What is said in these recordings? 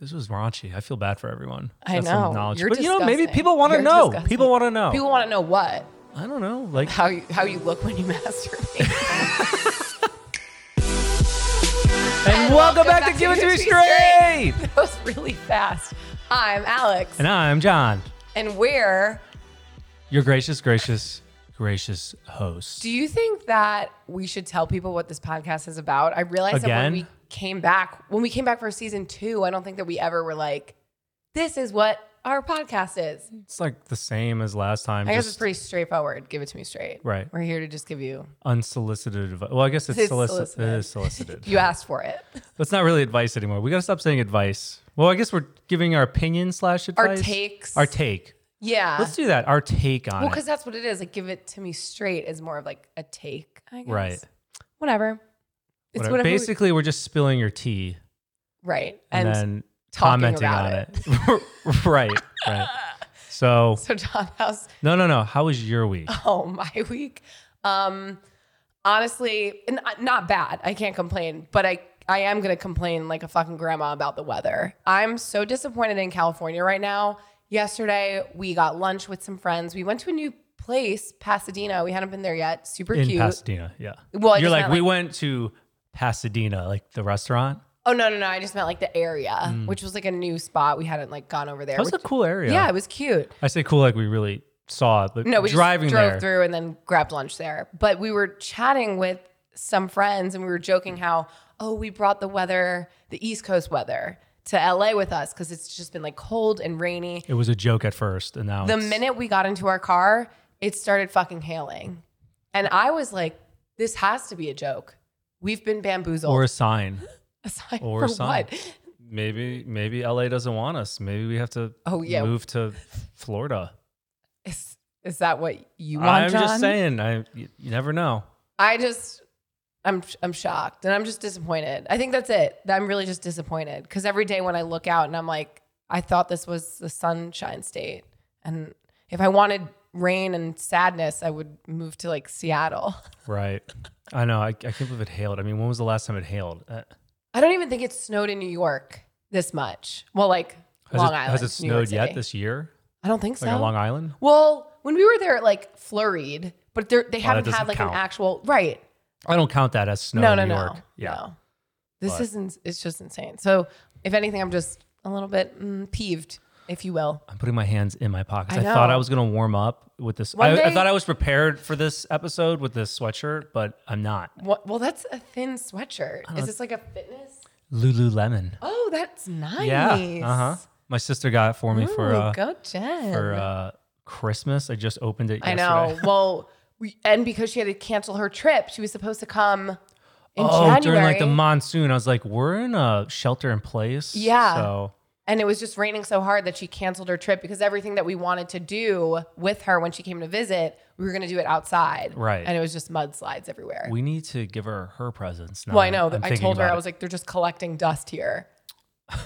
This was raunchy. I feel bad for everyone. I That's some know. knowledge. You're but you know, maybe disgusting. people want to You're know. disgusting. People want to know. People want to know what I don't know. Like how you how you look when you masturbate. And, welcome, back, to Give It To Me Straight. that was really fast. I'm Alex, And I'm John, and where your gracious, gracious, gracious host. do you think that we should tell people what this podcast is about? I realized that Again? when we came back, when we came back for season two, I don't think that we ever were like, "This is what our podcast is." it's like the same as last time. I guess just it's pretty straightforward. Give it to me straight. Right. We're here to just give you. unsolicited advice. Well, I guess it's, It's solici- solicited. It is solicited. You asked for it. That's not really advice anymore. We got to stop saying advice. Well, I guess we're giving our opinion slash Our advice. takes. Our take. yeah. Let's do that. Our take on Well, because it. that's what it is. Like, give it to me straight is more of like a take, I guess. Right. Whatever. It's Whatever. whatever. we- Basically, we're just spilling your tea right. and, And, then talking commenting about on it. right. Right. So so, John House, no, no, no. How was your week? oh, my week. Um, honestly, n- not bad. I can't complain, but I, I am going to complain like a fucking grandma about the weather. I'm so disappointed in California right now. Yesterday, we got lunch with some friends. We went to a new place, Pasadena. We hadn't been there yet. Super in cute. Pasadena. Yeah. Well, I you're just like, meant, we went to Pasadena, like the restaurant. Oh no, no, no! I just meant like the area, Mm. which was like a new spot. We hadn't like gone over there. That was a which- cool area. yeah, it was cute. I say cool like we really saw it, but No, we driving just drove there. through and then grabbed lunch there. But we were chatting with some friends, and we were joking how oh we brought the weather, the East Coast weather, to LA with us because it's just been like cold and rainy. It was a joke at first, and now The it's- minute we got into our car, it started fucking hailing, and I was like, this has to be a joke. We've been bamboozled. or a sign. a sign or for a sign. what? Maybe maybe LA doesn't want us. Maybe we have to Oh, yeah. move to Florida. Is, is that what you want? I'm just John? saying, I you, you never know. I just I'm I'm shocked and I'm just disappointed. I think that's it. I'm really just disappointed cuz every day when I look out and I'm like I thought this was the sunshine state and if I wanted rain and sadness I would move to like Seattle. Right. I know. I, I can't believe it hailed. I mean, when was the last time it hailed? Uh, I don't even think it snowed in New York this much. Well, like has, Long it, Island. has it New York snowed yet City. this year? I don't think so. Like on Long Island? well, when we were there it like flurried, but they're- they that haven't doesn't had like count. an actual right. I don't count that as snow no, in no, New no, York. Yeah. no. This But- isn't. It's just insane. So, if anything, I'm just a little bit mm, peeved, if you will. I'm putting my hands in my pockets. I, I thought I know. was going to warm up with this. One I, I day- thought I was prepared for this episode with this sweatshirt, but I'm not. What, well, that's a thin Oh, sweatshirt. Is this like a fitness? Lululemon. Oh, that's nice. Yeah. Uh huh. My sister got it for me for Ooh, uh, go Jen. for uh, Christmas. I just opened it. I Yesterday. know. Well, we, and because she had to cancel her trip, she was supposed to come in oh, January, during like the monsoon, I was like, we're in a shelter in place. Yeah. So and it was just raining so hard that she canceled her trip because everything that we wanted to do with her when she came to visit, we were going to do it outside, Right. And it was just mudslides everywhere. we need to give her her presents. Now Well, I Uh, know. I'm that I thinking told her about I it. was like, they're just collecting dust here.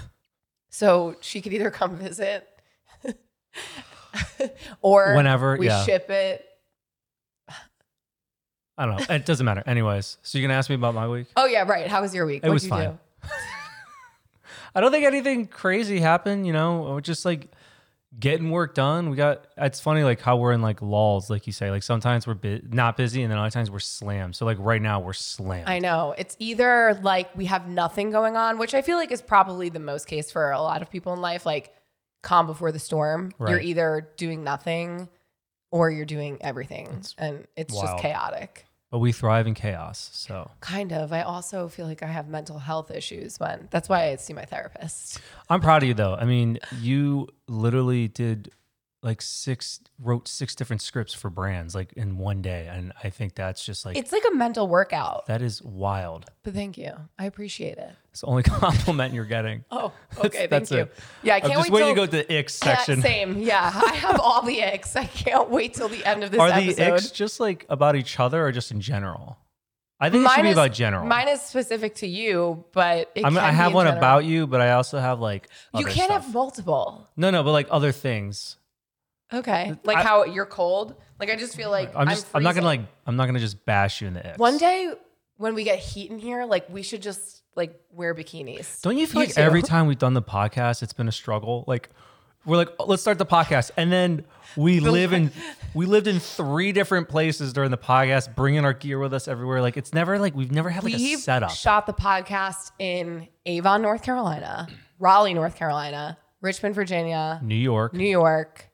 so she could either come visit or Whenever, we yeah. ship it. I don't know. It doesn't matter. Anyways, so you're gonna ask me about my week. Oh yeah, right. How was your week? It was you fine. I don't think anything crazy happened. You know, We're just like getting work done. We got. It's funny, like how we're in like lulls, like you say. Like sometimes we're bu- not busy, and then other times we're slammed. So like right now we're slammed. I know. It's either like we have nothing going on, which I feel like is probably the most case for a lot of people in life, like calm before the storm. You're Right. either doing nothing or you're doing everything. and it's wild. just chaotic. but we thrive in chaos. So Kind of. I also feel like I have mental health issues when that's why I see my therapist. I'm proud of you though. I mean, you literally did like six wrote six different scripts for brands like in one day and I think that's just like It's like a mental workout. that is wild. But thank you. I appreciate it. It's the only compliment you're getting. Oh, That's- okay. that's thank you. it. Yeah, I I'm can't just wait waiting till to go to the Ix Yeah, section. same. Yeah. I have all the icks. I can't wait till the end of this Are the episode. Ix just like about each other or just in general? I think it should Mine be is- about general. Mine is specific to you, but it I'm, can I be have in one general. about you, but I also have like You other can't stuff. have multiple. no, no, but like other things. Okay. Like I- how you're cold. Like I just feel like I'm just I'm, not gonna freezing. like I'm not gonna just bash you in the Ix. One day when we get heat in here, like we should just like wear bikinis. Don't you feel You like too. every time we've done the podcast, it's been a struggle? Like we're like, "Oh, let's start the podcast, and then we live in we lived in three different places during the podcast, bringing our gear with us everywhere. Like it's never like we've never had like a We've setup. shot the podcast in Avon, North Carolina, Raleigh, North Carolina, Richmond, Virginia, New York, New York,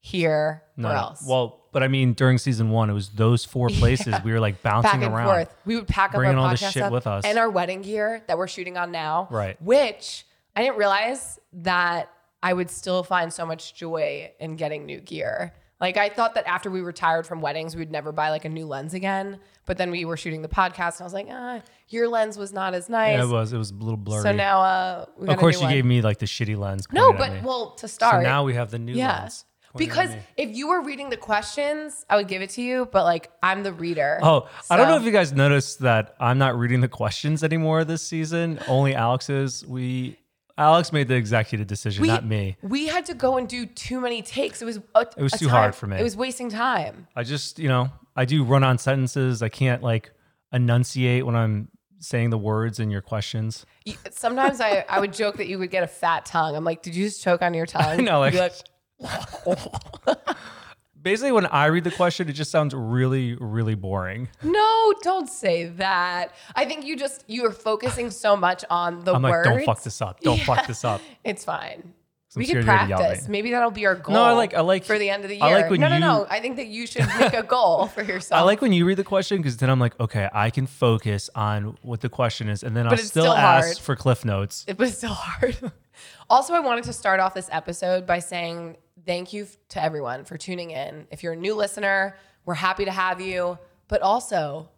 here, No, where no. else? Well, but I mean, during season one, it was those four places we were like bouncing back and around. forth. We would pack up bringing our all podcast this shit stuff with us. and our wedding gear that we're shooting on now. Right. Which I didn't realize that I would still find so much joy in getting new gear. Like I thought that after we retired from weddings, we'd never buy like a new lens again. But then we were shooting the podcast, and I was like, ah, your lens was not as nice. Yeah, it was. It was a little blurry. so now, uh, we got of course, a you new one. gave me like the shitty lens. no, pointed at but me. well, to so start, now we have the new yeah. lens. pointed at Because me. if you were reading the questions, I would give it to you, but like I'm the reader. Oh, I don't know So- if you guys noticed that I'm not reading the questions anymore this season. Only Alex's. We Alex made the executive decision, We- not me. We had to go and do too many takes. It was a, it was too hard for me. It was wasting time. I just, you know, I do run on sentences. I can't like enunciate when I'm saying the words in your questions. You- Sometimes I, I would joke that you would get a fat tongue. I'm like, did you just choke on your tongue? know, like- You'd be Basically, when I read the question, it just sounds really, really boring. no, don't say that. I think you just you are focusing so much on the I'm like, words. don't fuck this up. Don't fuck Yeah. this up. It's fine. I'm we could scared you're gonna yell at me. practice. Maybe that'll be our goal. I like- I like- for the end of the year. I like when no, no, you- no. I think that you should make a goal for yourself. I like when you read the question because then I'm like, okay, I can focus on what the question is, and then I'll it's still, still ask hard. for cliff notes. it was so hard. also, I wanted to start off this episode by saying thank you f- to everyone for tuning in. If you're a new listener, we're happy to have you, but also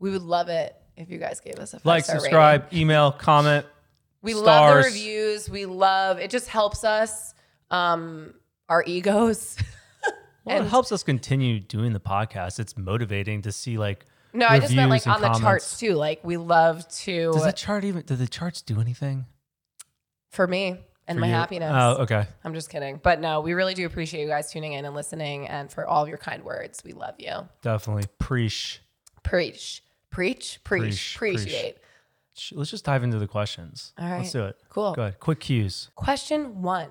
we would love it if you guys gave us a Like, five-star rating. subscribe, email, comment. We love the stars. reviews. We love it. Just helps us, um, our egos. Well, it And- helps us continue doing the podcast. It's motivating to see like. No, I just meant reviews like on and the comments. charts too. Like we love to Does the chart even? Do the charts do anything? for me and for my you? happiness. Oh, okay. I'm just kidding. But no, we really do appreciate you guys tuning in and listening and for all of your kind words. We love you. Definitely. Preach. Preach. Preach. Preach. Preach, Appreciate. Sh- Let's just dive into the questions. All Let's right. do it. Cool. Go ahead. Quick cues. Question one.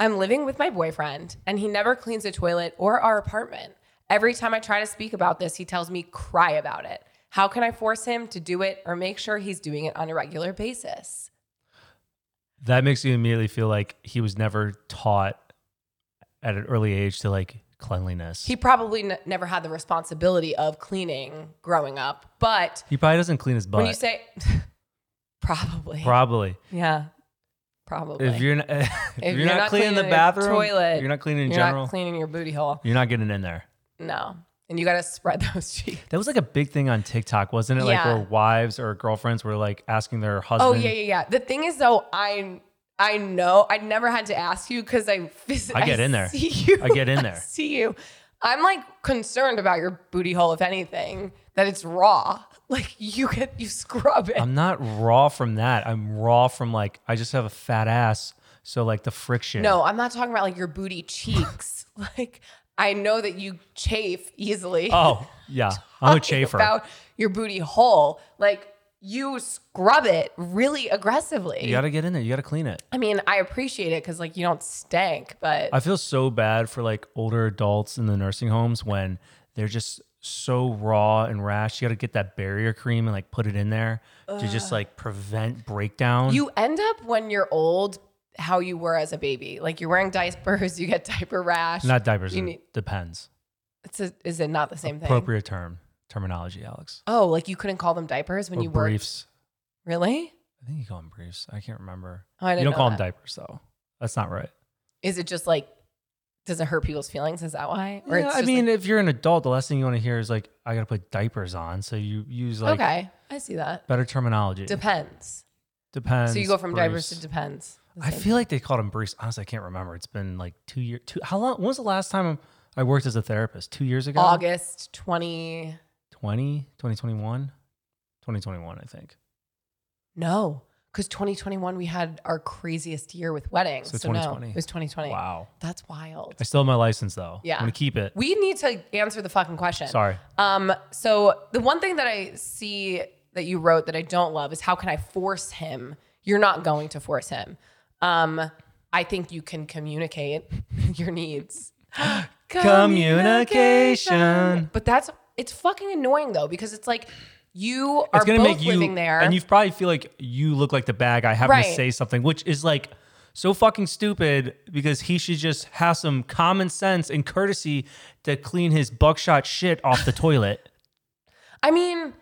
I'm living with my boyfriend and he never cleans the toilet or our apartment. Every time I try to speak about this, he tells me cry about it. How can I force him to do it or make sure he's doing it on a regular basis? That makes you immediately feel like he was never taught at an early age to like cleanliness. He He, probably n- never had the responsibility of cleaning growing up, but probably doesn't clean his butt. when you say probably, probably. yeah, probably. If you're not, if, you're, not, cleaning, the your bathroom, toilet, you're not cleaning in you're general. not cleaning your booty hole. you're not getting in there. No. And you got to spread those cheeks. That was like a big thing on TikTok, wasn't it? Like Yeah. where wives or girlfriends were like asking their husband. Oh yeah, yeah, yeah. The thing is though, I I know I never had to ask you because I phys- I get in there. See you. I get in there. see you. I'm like concerned about your booty hole. If anything, that it's raw. Like you get you scrub it. I'm not raw from that. I'm raw from like I just have a fat ass, so like the friction. no, I'm not talking about like your booty cheeks. like I know that you chafe easily. Oh yeah, I'm a talking chafer. About your booty hole, like you scrub it really aggressively. you gotta get in there. You gotta clean it. I mean, I appreciate it because like you don't stank, but I feel so bad for like older adults in the nursing homes when they're just so raw and rash. You gotta get that barrier cream and like put it in there to just like prevent breakdown. you end up when you're old how you were as a baby. Like you're wearing diapers, you get diaper rash. not diapers. you it need- depends. it's a, is it not the same thing? Appropriate term terminology, Alex. Oh, like you couldn't call them diapers when Or you were briefs. really? I think you call them briefs. I can't remember. Oh, I You didn't don't know call that. them diapers though. That's not right. Is it just like does it hurt people's feelings? Is that why? Yeah, I just, mean, like- if you're an adult, the last thing you want to hear is like, I gotta put diapers on. So you use like okay, I see that. better terminology. Depends. Depends. So you go from diapers to briefs. depends. The I same. feel like they called them briefs. Honestly, I can't remember. It's been like two years. Two, how long? When was the last time I worked as a therapist? Two years ago? August 20 20, 2021? 2021, I think. No, because 2021 we had our craziest year with weddings. So no, 2020. it was 2020. Wow. That's wild. I still have my license though. Yeah. I'm gonna keep it. We need to answer the fucking question. Sorry. Um. So the one thing that I see that you wrote that I don't love is how can I force him? You're not going to force him. Um, I think you can communicate your needs. Communication. But that's it's fucking annoying though because it's like you are It's gonna both make you living there. and you probably feel like you look like the bad guy having to Right. say something, which is like so fucking stupid because he should just have some common sense and courtesy to clean his buckshot shit off the toilet. I mean,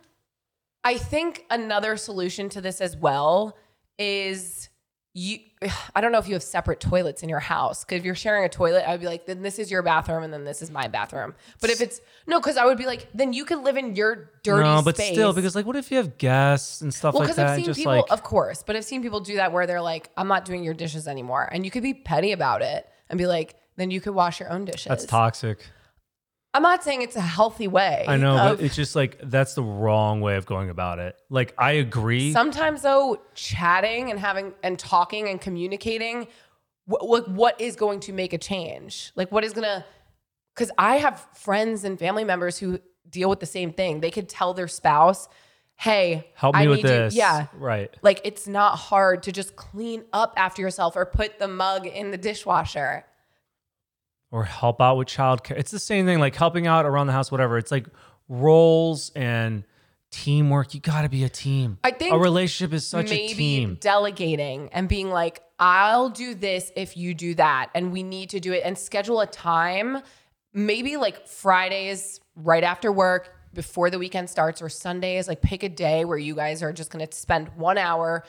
I think another solution to this as well is you I don't know if you have separate toilets in your house. Cause if you're sharing a toilet, I'd be like, then this is your bathroom and then this is my bathroom. But if it's no, because I would be like, then you could live in your dirty no, but space. still, because like, what if you have guests and stuff well, like because that? I've seen just people, like, of course, but I've seen people do that where they're like, I'm not doing your dishes anymore. And you could be petty about it and be like, then you could wash your own dishes. that's toxic. I'm not saying it's a healthy way. I know, of- but it's just like that's the wrong way of going about it. Like, I agree. Sometimes though, chatting and having and talking and communicating, wh- wh- what is going to make a change? Like what is gonna? Because I have friends and family members who deal with the same thing. They could tell their spouse, "Hey, Help me I with need you-" this. Yeah, Right. like it's not hard to just clean up after yourself or put the mug in the dishwasher. or help out with childcare. It's the same thing, like helping out around the house, whatever. It's like roles and teamwork. You got to be a team. I think a relationship is such maybe a team. delegating and being like, I'll do this if you do that. And we need to do it and schedule a time, maybe like Fridays right after work before the weekend starts or Sundays. Like pick a day where you guys are just going to spend one hour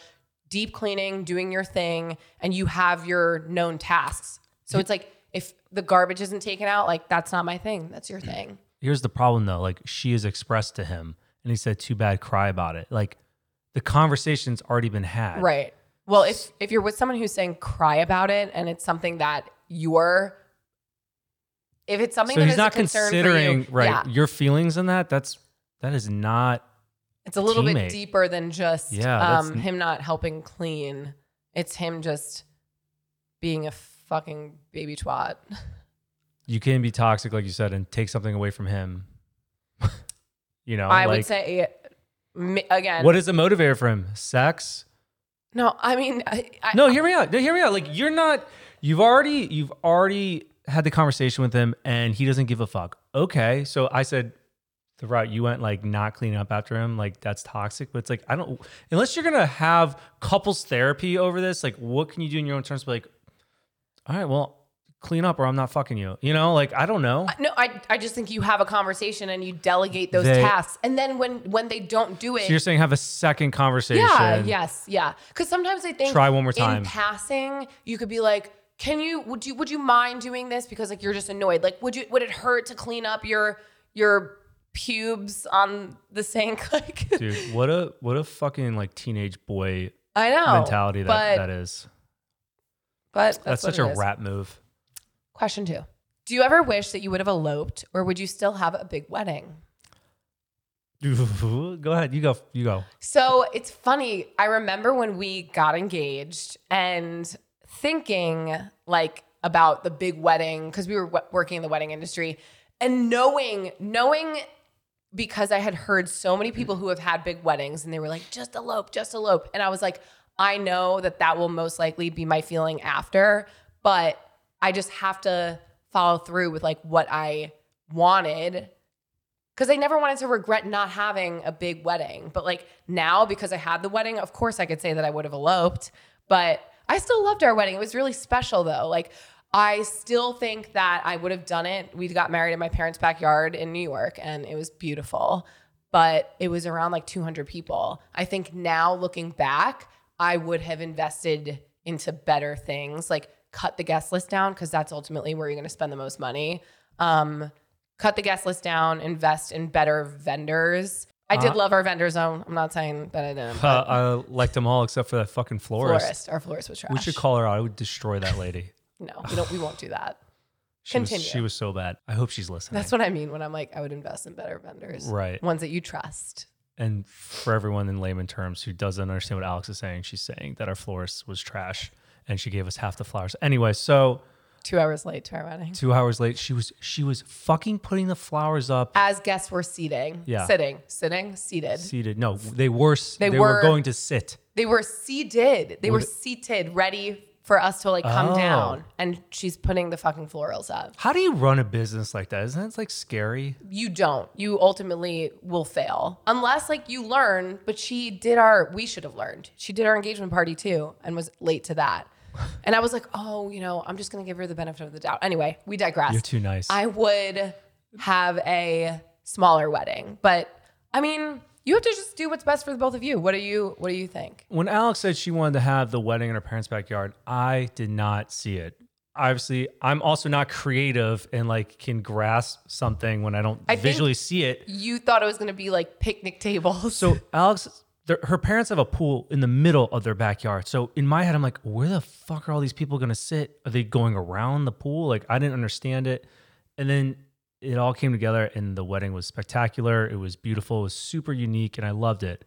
deep cleaning, doing your thing, and you have your known tasks. So it's like, if the garbage isn't taken out, like that's not my thing. That's your thing. Here's the problem though. Like she is expressed to him and he said, too bad, cry about it. Like the conversation's already been had. Right. Well, if if you're with someone who's saying cry about it and it's something that you're if it's something So that he's is a not concern for you, considering right yeah, your feelings in that. That's that is not it's a little bit teammate. deeper than just Yeah, that's- um, him not helping clean. It's him just being a fucking baby twat. you can be toxic, like you said, and take something away from him. you know, I like would say m- again. what is the motivator for him? Sex? no, I mean, I, I, No, hear me out. No, hear me out. Like you're not. You've already. You've already had the conversation with him, and he doesn't give a fuck. Okay, so I said the route you went, like not cleaning up after him, like that's toxic. But it's like I don't. Unless you're gonna have couples therapy over this, like what can you do in your own terms? Be like, all right, well, clean up, or I'm not fucking you. You know, like I don't know. no, I, I just think you have a conversation and you delegate those They- tasks, and then when when they don't do it, So you're saying have a second conversation? Yeah, yes, yeah. Because sometimes I think Try one more time. In passing, you could be like, "Can you? Would you? Would you mind doing this? Because like you're just annoyed. Like, would you? Would it hurt to clean up your your pubes on the sink? Like, Dude, what a what a fucking like teenage boy I know mentality that but, that is. But that's, That's, such a what it is. rap move. Question two: Do you ever wish that you would have eloped, or would you still have a big wedding? go ahead. You go. You go. So it's funny. I remember when we got engaged and thinking like about the big wedding because we were w- working in the wedding industry and knowing, knowing because I had heard so many people who have had big weddings and they were like, just elope, just elope. And I was like, I know that that will most likely be my feeling after, but I just have to follow through with like what I wanted because I never wanted to regret not having a big wedding. But like now, because I had the wedding, of course I could say that I would have eloped, but I still loved our wedding. It was really special though. Like, I still think that I would have done it. We got married in my parents' backyard in New York and it was beautiful, but it was around like 200 people. I think now looking back, I would have invested into better things, like cut the guest list down, because that's ultimately where you're going to spend the most money. Um, cut the guest list down, invest in better vendors. I did Uh, love our vendor zone. I'm not saying that I didn't. Uh, but I liked them all except for that fucking florist. florist, our florist was trash. We should call her out. I would destroy that lady. no, we don't. We won't do that. She was- Continue. she was so bad. I hope she's listening. That's what I mean when I'm like, I would invest in better vendors, right. ones that you trust. And for everyone in layman terms who doesn't understand what Alex is saying, she's saying that our florist was trash and she gave us half the flowers. Anyway, so two hours late to our wedding. Two hours late, she was she was fucking putting the flowers up. As guests were seating, Yeah. sitting, sitting, seated. Seated. No, they were s- They they, were, were- going to sit. They were seated. They were Would- seated, ready for us to like come Oh. down. And she's putting the fucking florals up. How do you run a business like that? Isn't that like scary? You don't. You ultimately will fail unless like you learn. But she did our. We should have learned. She did our engagement party too, and was late to that. And I was like, oh, you know, I'm just gonna give her the benefit of the doubt. Anyway, we digress. You're too nice. I would have a smaller wedding, but I mean, you have to just do what's best for the both of you. What do you What do you think? when Alex said she wanted to have the wedding in her parents' backyard, I did not see it. Obviously, I'm also not creative and like can grasp something when I don't think- visually see it. You thought it was gonna be like picnic tables. So Alex, their- her parents have a pool in the middle of their backyard. So in my head, I'm like, where the fuck are all these people gonna sit? Are they going around the pool? Like I didn't understand it. And then it all came together, and the wedding was spectacular. It was beautiful. It was super unique, and I loved it.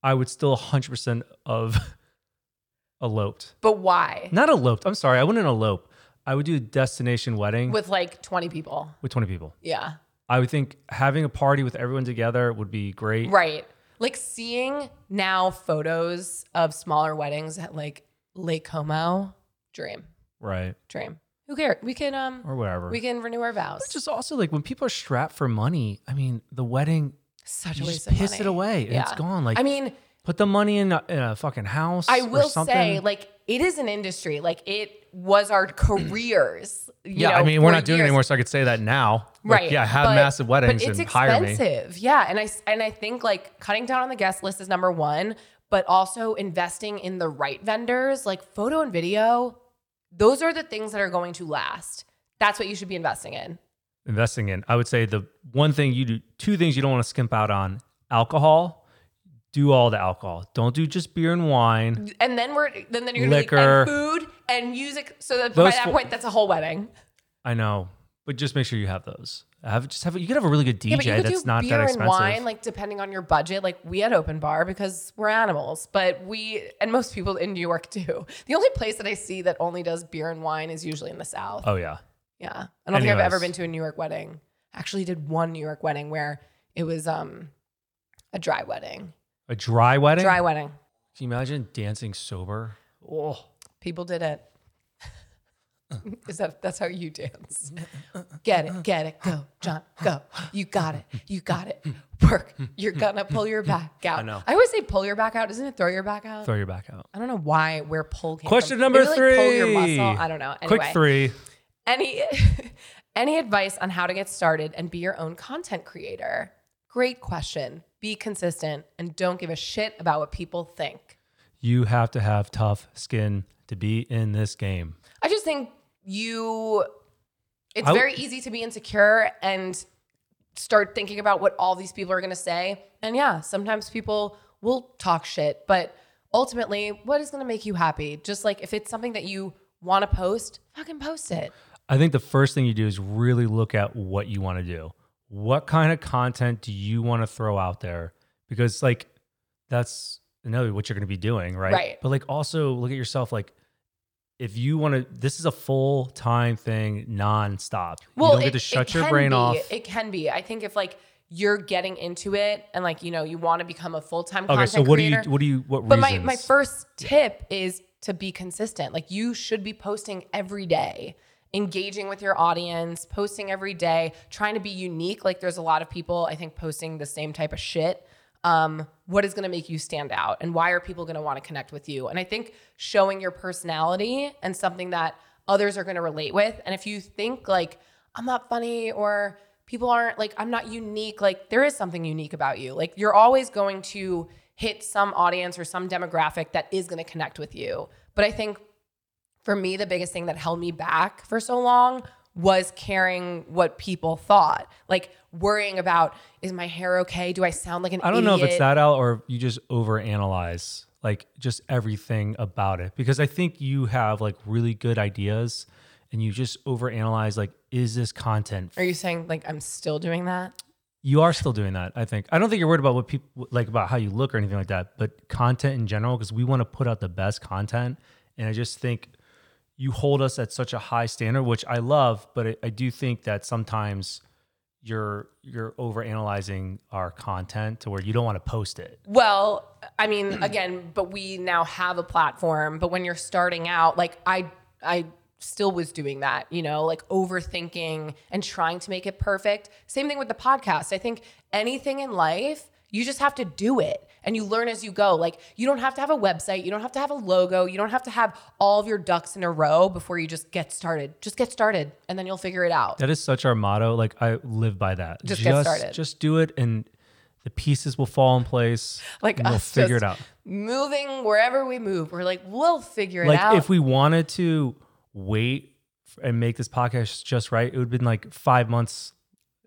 I would still 100% of eloped. but why? Not eloped. I'm sorry. I wouldn't elope. I would do a destination wedding with, With like 20 people. 20 people. Yeah. I would think having a party with everyone together would be great. Right. Like seeing now photos of smaller weddings at like Lake Como, dream, Right. dream. Who cares? We can um Or whatever. we can renew our vows. it's just also like when people are strapped for money, I mean, the wedding, Such you a just waste of piss it money. away and it's Yeah. gone. Like, I mean, put the money in a, in a fucking house. I or will something. say, like, it is an industry. Like, it was our careers. you yeah, know, I mean, we're for not doing it years. anymore, so I could say that now. Like, Right. yeah, have but- massive weddings but it's and hire me. expensive. Yeah, and I s- and I think like cutting down on the guest list is number one, but also investing in the right vendors, like photo and video. Those are the things that are going to last. That's what you should be investing in. investing in. I would say the one thing you do, two things you don't want to skimp out on alcohol, do all the alcohol. Don't do just beer and wine. And then we're then, then you're gonna Liquor. Be, and food and music. So that by Those that fo- point, that's a whole wedding. I know, but just make sure you have those. Have just have you could have a really good DJ Yeah, but you could E that's do not beer that and expensive. wine, like depending on your budget. Like we had open bar because we're animals, but we and most people in New York do. The only place that I see that only does beer and wine is usually in the South. oh yeah. yeah, I don't think I've ever anyways. been to a New York wedding. I actually did one New York wedding where it was um a dry wedding. A dry wedding? Dry wedding. Can you imagine dancing sober? Oh. People did it. Is that that's how you dance? Get it, get it, go, John, go. You got it, you got it. Work. You're gonna pull your back out. I know. I always say pull your back out. Isn't it throw your back out? Throw your back out. I don't know why where pull came Question from. number Maybe, like, pull your three. muscle. I don't know. Anyway, Quick three. any any advice on how to get started and be your own content creator? Great question. Be consistent and don't give a shit about what people think. You have to have tough skin to be in this game. I just think you it's I w- very easy to be insecure and start thinking about what all these people are going to say. And yeah, sometimes people will talk shit, but ultimately, what is going to make you happy? Just like if it's something that you want to post, fucking post it. I think the first thing you do is really look at what you want to do. What kind of content do you want to throw out there? Because like that's another what you're going to be doing, right? Right. But like also look at yourself like if you want to this is a full-time thing nonstop. you don't get to shut your can brain be. off. It can be. I think if like you're getting into it and like you know you want to become a full time okay, content so what creator. do you what do you what But my, reasons? my first tip is to be consistent. Like you should be posting every day, engaging with your audience, posting every day, trying to be unique. Like there's a lot of people, I think, posting the same type of shit. Um, what is going to make you stand out and why are people going to want to connect with you? And I think showing your personality and something that others are going to relate with. And if you think like, I'm not funny or people aren't like I'm not unique. Like there is something unique about you. Like you're always going to hit some audience or some demographic that is going to connect with you. But I think for me the biggest thing that held me back for so long was caring what people thought. Like worrying about is my hair okay? Do I sound like an I don't know if it's idiot? that out or if you just overanalyze like just everything about it because I think you have like really good ideas and you just overanalyze like is this content Are you saying like I'm still doing that? you are still doing that I think I don't think you're worried about what people like about how you look or anything like that but content in general because we want to put out the best content and I just think you hold us at such a high standard, which I love, but I, I do think that sometimes you're you're overanalyzing our content to where you don't want to post it. Well, I mean, again, but we now have a platform. But when you're starting out, like I, I still was doing that, you know, like overthinking and trying to make it perfect. Same thing with the podcast. I think anything in life, you just have to do it and you learn as you go. Like you don't have to have a website, you don't have to have a logo, you don't have to have all of your ducks in a row before you just get started. Just get started and then you'll figure it out. That is such our motto. Like I live by that. Just get started. Just do it, and the pieces will fall in place. Like and we'll us figure it just out. Moving wherever we move, we're like, we'll figure it Like out. if we wanted to wait f- and make this podcast just right, it would have been like five months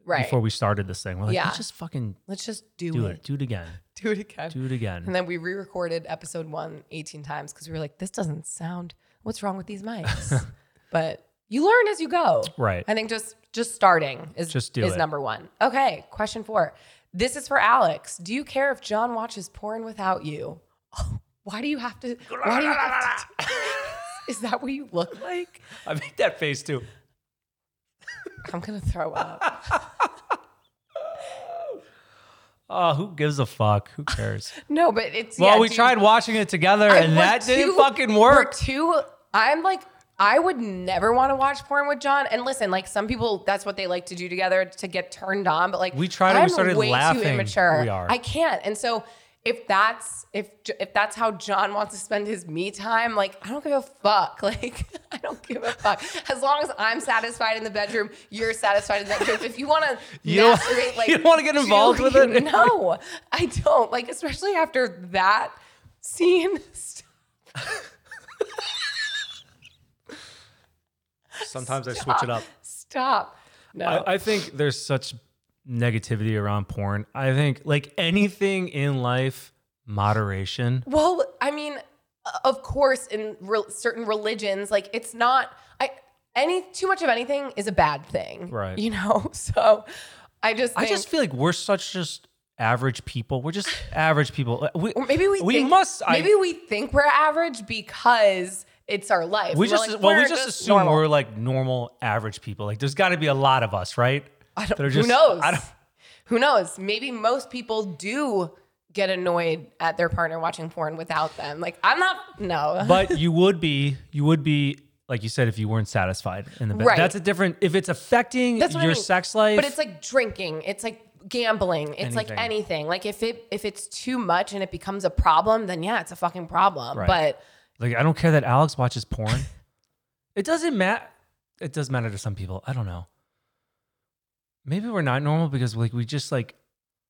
right. before we started this thing. We're like, Yeah. let's just fucking Let's just do, do it. it. Do it again. Do it again. Do it And again. then we re-recorded episode one 18 times because we were like, this doesn't sound what's wrong with these mics. but you learn as you go. Right. I think just just starting is Just do is it. number one. Okay, question four. This is for Alex. Do you care if John watches porn without you? why do you have to why do you have to Is that what you look like? I make that face too. I'm gonna throw up. Oh, who gives a fuck? Who cares? No, but it's well, yeah, we do you- tried watching it together, I- and we're that didn't too- fucking We're work. too. I'm like, I would never want to watch porn with John. And listen, like some people, that's what they like to do together to get turned on. But like, We tried and we I'm started way laughing. Too immature. We are. I can't. And so. If that's if if that's how John wants to spend his me time, like I don't give a fuck. Like I don't give a fuck. As long as I'm satisfied in the bedroom, you're satisfied in the bedroom. If you want to You don't- masturbate, like you don't wanna get do involved with it? you- No, I don't. Like especially after that scene. Sometimes I switch it up. Stop. No. I, I think there's such negativity around porn. I think like anything in life, moderation. well, I mean, uh, of course, in rel certain religions, like it's not. I any too much of anything is a bad thing, Right. You know. So I just, I think, just feel like we're such just average people. We're just average people. We, or maybe we we think, must. Maybe I, we think we're average because it's our life. we We're just like, well we we're just assume normal. we're like normal average people. Like there's got to be a lot of us, right? I don't, that are who just- knows? I don't- who knows? Maybe most people do get annoyed at their partner watching porn without them. Like I'm not. No. but you would be you would be like you said if you weren't satisfied in the bed. Right. That's a different if it's affecting That's your what I mean. sex life. but it's like drinking it's like gambling it's like Anything. anything like if it if it's too much and it becomes a problem then yeah it's a fucking problem Right. but Like I don't care that Alex watches porn. it doesn't matter. It does matter to some people. I don't know. Maybe we're not normal because like we just like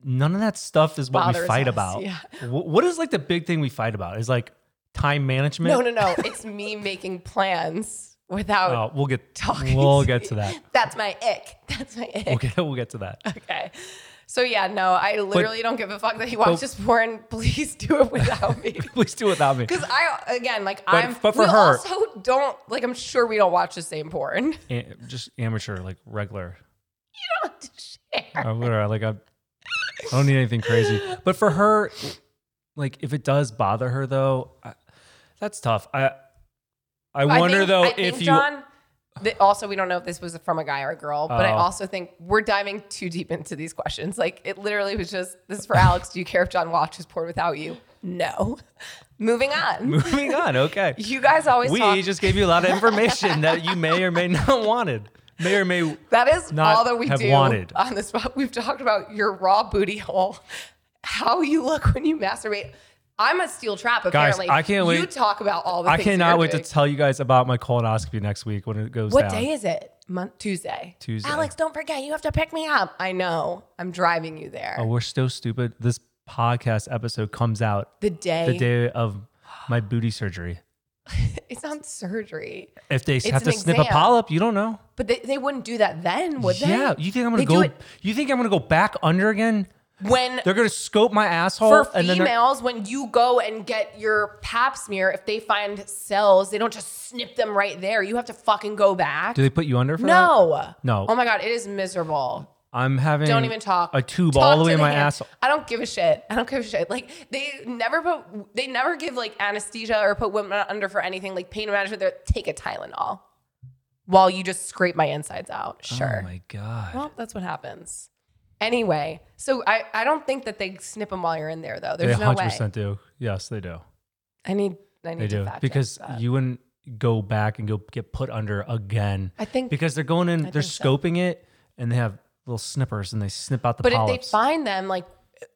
none of that stuff is what Bothers we fight us, about. yeah. Wh- what is like the big thing we fight about is like time management. no no no it's me making plans without Oh, we'll get Talking We'll to get you. to that. that's my ick that's my ick We'll get we'll get to that. okay so yeah no i literally don't give a fuck that he watches porn please do it without me Please do it without me. because i again like But- i'm but for we her- also don't like i'm sure we don't watch the same porn you A- just amateur, like regular. don't have to share I would, uh, like I, I don't need anything crazy. But for her, like if it does bother her though, I, that's tough. I I wonder think- though I if think, you John, that also we don't know if this was from a guy or a girl, but I Oh. also think we're diving too deep into these questions. Like it literally was just this is for Alex. Do you care if John watches porn without you? No. Moving on. moving on. Oh Okay, You guys always we talk. just gave you a lot of information that you may or may not wanted, may or may that is not all that we have do wanted. on the spot. We've talked about your raw booty hole, how you look when you masturbate. I'm a steel trap. Apparently, I can't You wait- talk about all the. I things that cannot you're wait to doing. tell you guys about my colonoscopy next week when it goes What down. day is it? Mon- Tuesday. Tuesday. Alex, don't forget, you have to pick me up. I know. I'm driving you there. oh, we're so stupid. This podcast episode comes out the day. the day of my booty surgery. It's on surgery. If they have to an snip a exam. polyp, you don't know. But they, they wouldn't do that then, would they? Yeah, you think I'm They gonna do go? it You think I'm gonna go back under again? when They're gonna scope my asshole for and then they're- females, when you go and get your pap smear, if they find cells, they don't just snip them right there. You have to fucking go back. do they put you under for that? no. No. Oh my god, it is miserable. I'm having Don't even talk. a tube Talk all the to way in my hand. asshole. I don't give a shit. I don't give a shit. Like they never put, they never give like anesthesia or put women under for anything like pain management. They're take a Tylenol while you just scrape my insides out. Sure. Oh my god. well, that's what happens. Anyway, so I, I don't think that they snip them while you're in there though. There's they no 100% way. do. Yes, they do. I need I need They to do fact check because that. you wouldn't go back and go get put under again I think because they're going in, they're think so. scoping it, and they have little snippers and they snip out the but if they polyps. find them like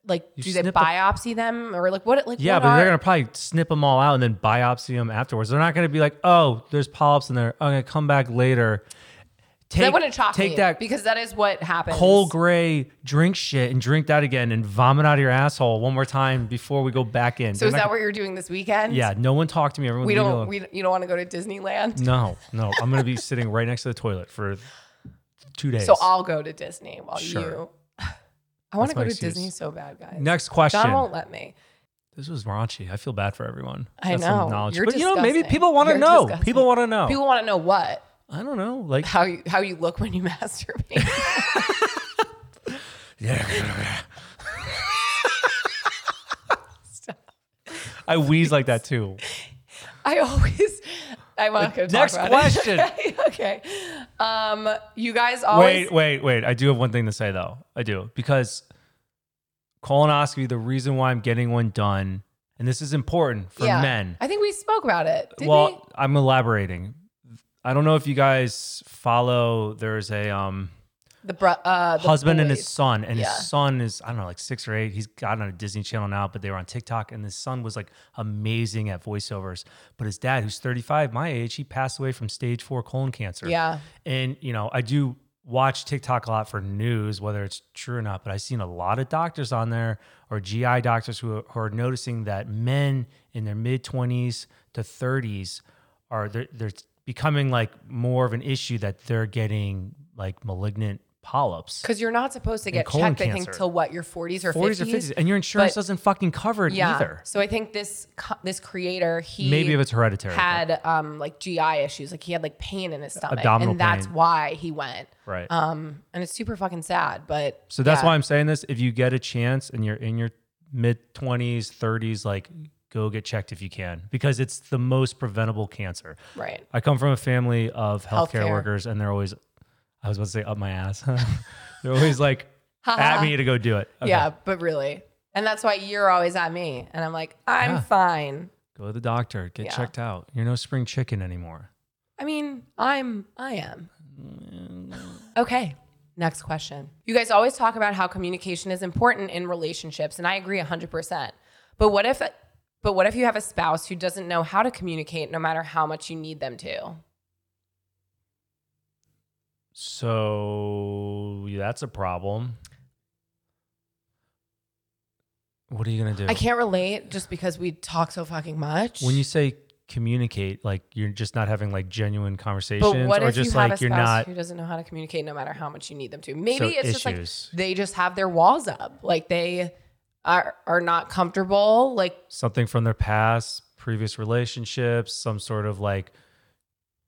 like You do they snip a- biopsy them or like what like yeah, what but they're are- gonna probably snip them all out and then biopsy them afterwards. They're not gonna be like, oh, there's polyps in there. I'm gonna come back later. Take that wouldn't shock take me that because that is what happens. cold gray drink shit and drink that again and vomit out of your asshole one more time before we go back in. So They're is not that gonna- what you're doing this weekend? Yeah, no one talk to me. Everyone We leave me don't. alone. We you don't want to go to Disneyland. No, no. I'm gonna be sitting right next to the toilet for two days. So I'll go to Disney while Sure. you. I want That's to go my to excuse. Disney so bad, guys. Next question. John won't let me. This was raunchy. I feel bad for everyone. I That's some know. knowledge. You're but you know, maybe disgusting. people want to You're know. disgusting. People want to know. People want to know what I don't know. Like, how you how you look when you masturbate. I wheeze like that too. I always. I'm not going to Next talk about question. it. okay. Um, you guys always. Wait, wait, wait. I do have one thing to say though. I do because colonoscopy. The reason why I'm getting one done, and this is important for yeah. men. I think we spoke about it. Did well, we? I'm elaborating. I don't know if you guys follow. There's a um. The, bro- uh, the husband and boys. his son, and Yeah. his son is I don't know, like six or eight. He's got on a Disney Channel now, but they were on TikTok, and his son was like amazing at voiceovers. But his dad, who's 35, my age, he passed away from stage four colon cancer. Yeah. And you know, I do watch TikTok a lot for news, whether it's true or not. But I've seen a lot of doctors on there or GI doctors who are, who are noticing that men in their mid 20s to 30s are they're, they're becoming like more of an issue that they're getting like malignant polyps. Because you're not supposed to get colon checked, I think, cancer. till what your 40s or 40s or 50s, and your insurance doesn't fucking cover it Yeah. either. So I think this co- this creator he Maybe if it's hereditary. but- had um like GI issues, like he had like pain in his stomach, Abdominal and that's pain. why he went. right. Um, and it's super fucking sad, but so that's why I'm saying this. If you get a chance and you're in your mid 20s, 30s, like go get checked if you can, because it's the most preventable cancer. right. I come from a family of healthcare, Healthcare. workers, and they're always, I was about to say up my ass. they're always like Ha, ha, at ha. me to go do it. Okay, Yeah, but really, and that's why you're always at me, and I'm like, I'm Yeah. fine. Go to the doctor, get Yeah. checked out. You're no spring chicken anymore. I mean, I'm I am. Mm. Okay. Next question. You guys always talk about how communication is important in relationships and I agree 100%. But what if but what if you have a spouse who doesn't know how to communicate no matter how much you need them to? So that's a problem. What are you gonna do? I can't relate just because we talk so fucking much. When you say communicate, like you're just not having like genuine conversations, but what or if just you have like a you're spouse not who doesn't know how to communicate no matter how much you need them to? Maybe it's just like issues. they just have their walls up. Like they are are not comfortable. Like something from their past, previous relationships, some sort of like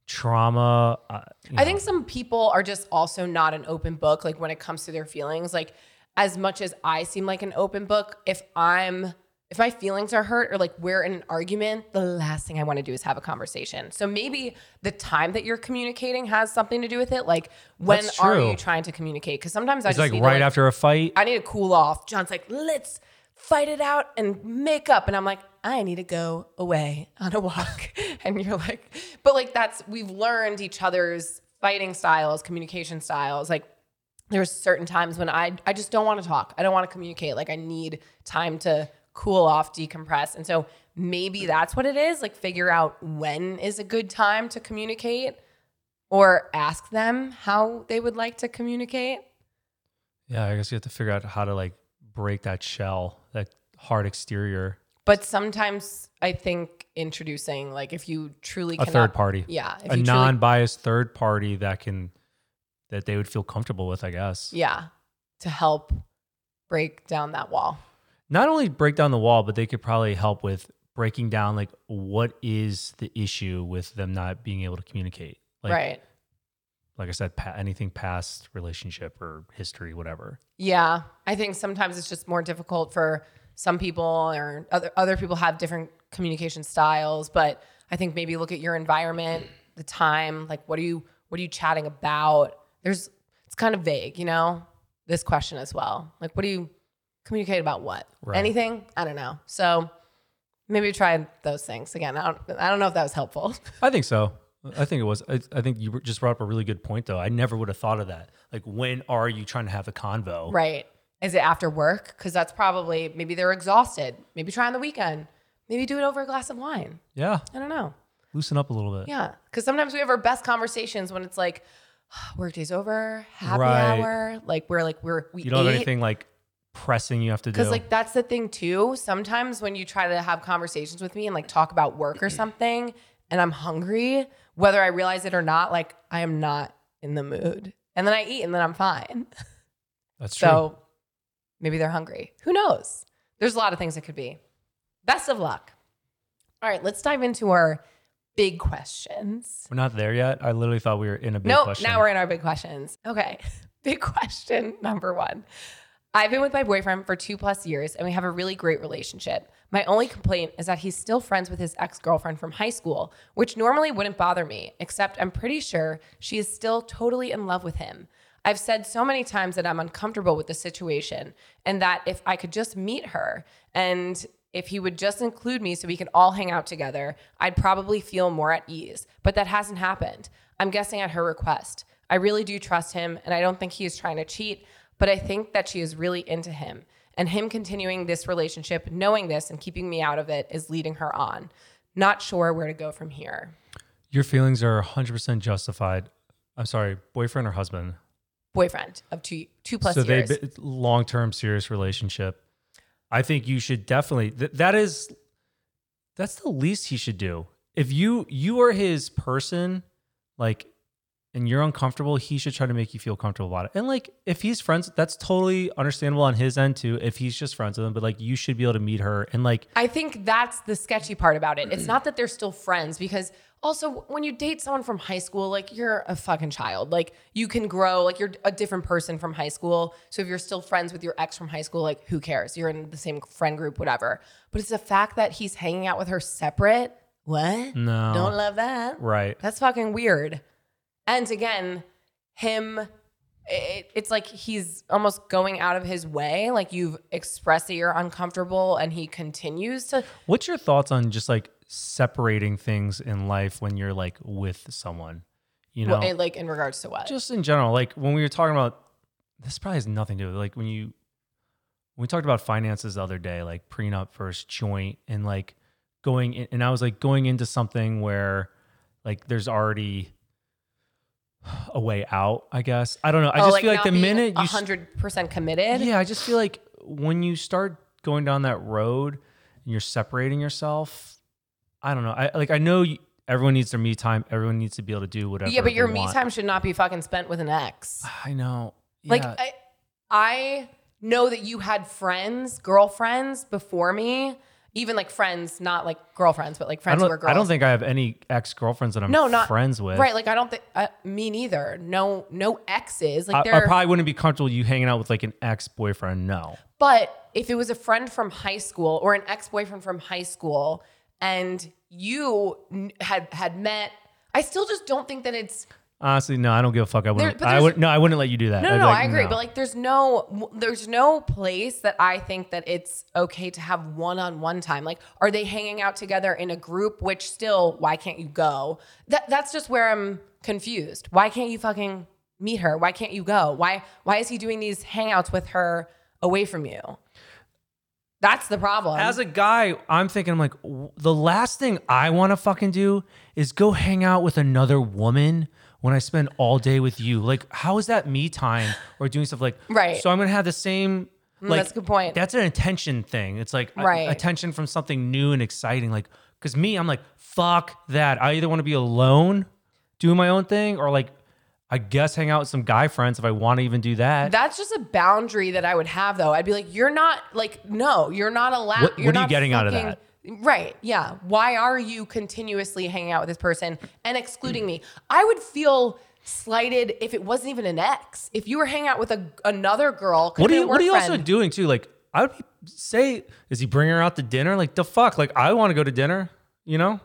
trauma. Uh, you I know. think some people are just also not an open book, like when it comes to their feelings. Like, as much as I seem like an open book, if I'm if my feelings are hurt or like we're in an argument, the last thing I want to do is have a conversation. So maybe the time that you're communicating has something to do with it. Like, when That's are true. you trying to communicate? Because sometimes I it's just like need right to, like, after a fight. I need to cool off. John's like, let's fight it out and make up. And I'm like, I need to go away on a walk. and you're like, but like that's we've learned each other's fighting styles, communication styles. Like there's certain times when I I just don't want to talk. I don't want to communicate. Like I need time to cool off, decompress. And so maybe that's what it is. Like figure out when is a good time to communicate or ask them how they would like to communicate. yeah, I guess you have to figure out how to like break that shell, that hard exterior. But sometimes I think introducing, like, if you truly A cannot, third party. yeah, if a you truly- non-biased third party that can that they would feel comfortable with, I guess. yeah, to help break down that wall. Not only break down the wall, but they could probably help with breaking down like what is the issue with them not being able to communicate. Like right. like I said, pa- anything past relationship or history, whatever. Yeah, I think sometimes it's just more difficult for some people, or other other people have different communication styles. But I think maybe look at your environment, the time, like what are you what are you chatting about? There's it's kind of vague, you know. This question as well, like what do you communicate about? What Right. anything? I don't know. So maybe try those things again. I don't I don't know if that was helpful. I think so. I think it was. I, I think you just brought up a really good point, though. I never would have thought of that. Like, when are you trying to have a convo? Right. Is it after work? Because that's probably maybe they're exhausted. Maybe try on the weekend. Maybe do it over a glass of wine. Yeah, I don't know. loosen up a little bit. Yeah. Because sometimes we have our best conversations when it's like, workday's over, happy Right. hour. Like we're like, we're, we You don't have ate. anything like pressing you have to do. Because like that's the thing too. Sometimes when you try to have conversations with me and like talk about work or something, and I'm hungry, whether I realize it or not, like I am not in the mood. And then I eat and then I'm fine. That's true. So maybe they're hungry. Who knows? There's a lot of things it could be. Best of luck. All right, let's dive into our big questions. We're not there yet. I literally thought we were in a big No, question. now we're in our big questions. Okay. Big question number one. I've been with my boyfriend for two plus years and we have a really great relationship. My only complaint is that he's still friends with his ex girlfriend from high school, which normally wouldn't bother me, except I'm pretty sure she is still totally in love with him. I've said so many times that I'm uncomfortable with the situation and that if I could just meet her and if he would just include me so we can all hang out together, I'd probably feel more at ease. But that hasn't happened. I'm guessing at her request. I really do trust him, and I don't think he is trying to cheat, but I think that she is really into him. And him continuing this relationship, knowing this and keeping me out of it, is leading her on. Not sure where to go from here. Your feelings are 100% justified. I'm sorry, boyfriend or husband? Boyfriend of two two plus so years. they long term serious relationship. I think you should definitely th- that is that's the least he should do. If you you are his person, like and you're uncomfortable, he should try to make you feel comfortable about it. And like if he's friends, that's totally understandable on his end too. If he's just friends with him, but like you should be able to meet her and like I think that's the sketchy part about it. It's not that they're still friends because also when you date someone from high school, like you're a fucking child. Like you can grow, like you're a different person from high school. So if you're still friends with your ex from high school, like who cares? You're in the same friend group, whatever. But it's the fact that he's hanging out with her separate. What? no Don't love that. right. That's fucking weird. And again, him, it, it's like he's almost going out of his way. Like you've expressed that you're uncomfortable and he continues to. What's your thoughts on just like separating things in life when you're like with someone? You know, Well, it- eh, like in regards to what? just in general, like when we were talking about this probably has nothing to do with like when you when we talked about finances the other day, like prenup versus joint and like going in and I was like going into something where like there's already a way out, I guess. I don't Oh, know. I just feel like the minute you s- hundred percent committed. yeah, I just feel like when you start going down that road and you're separating yourself, I don't know. I like I know you, everyone needs their me time. Everyone needs to be able to do whatever. yeah, but your they me want. time should not be fucking spent with an ex. I know. Like Yeah. I, I know that you had friends, girlfriends before me, even like friends, not like girlfriends, but like I friends who were don't, girls. I don't think I have any ex girlfriends that I'm No, not- friends with. right. Like I don't think uh, me neither. No, no exes. I, Like I there. probably wouldn't be comfortable you hanging out with like an ex boyfriend. No. But if it was a friend from high school or an ex-boyfriend from high school and you n- had had met, I still just don't think that it's Honestly, no, I don't give a fuck. I wouldn't. but I there's- would no, I wouldn't let you do that. No, I'd no, be no, like, I agree. no. But like, there's no, there's no place that I think that it's okay to have one-on-one time. Like, are they hanging out together in a group? Which still, why can't you go? That that's just where I'm confused. Why can't you fucking meet her? Why can't you go? Why why is he doing these hangouts with her away from you? That's the problem. as a guy, I'm thinking, I'm like, w- the last thing I want to fucking do is go hang out with another woman when I spend all day with you. Like, how is that me time or doing stuff like? Right. Mm, So I'm gonna have the same. Like, that's a good point. That's an attention thing. It's like a- Right. attention from something new and exciting. Like, because me, I'm like, fuck that. I either want to be alone, doing my own thing, or like, I guess hang out with some guy friends if I want to even do that. That's just a boundary that I would have, though. I'd be like, you're not like, no, you're not allowed. What- you're what are you not getting out of fucking- Right. Yeah. Why are you continuously hanging out with this person and excluding me? I would feel slighted if it wasn't even an ex. If you were hanging out with a, another girl, could What are be a you What work are you also friend. doing too? Like, I would be, say, is he bringing her out to dinner? Like the fuck? Like I want to go to dinner. You know?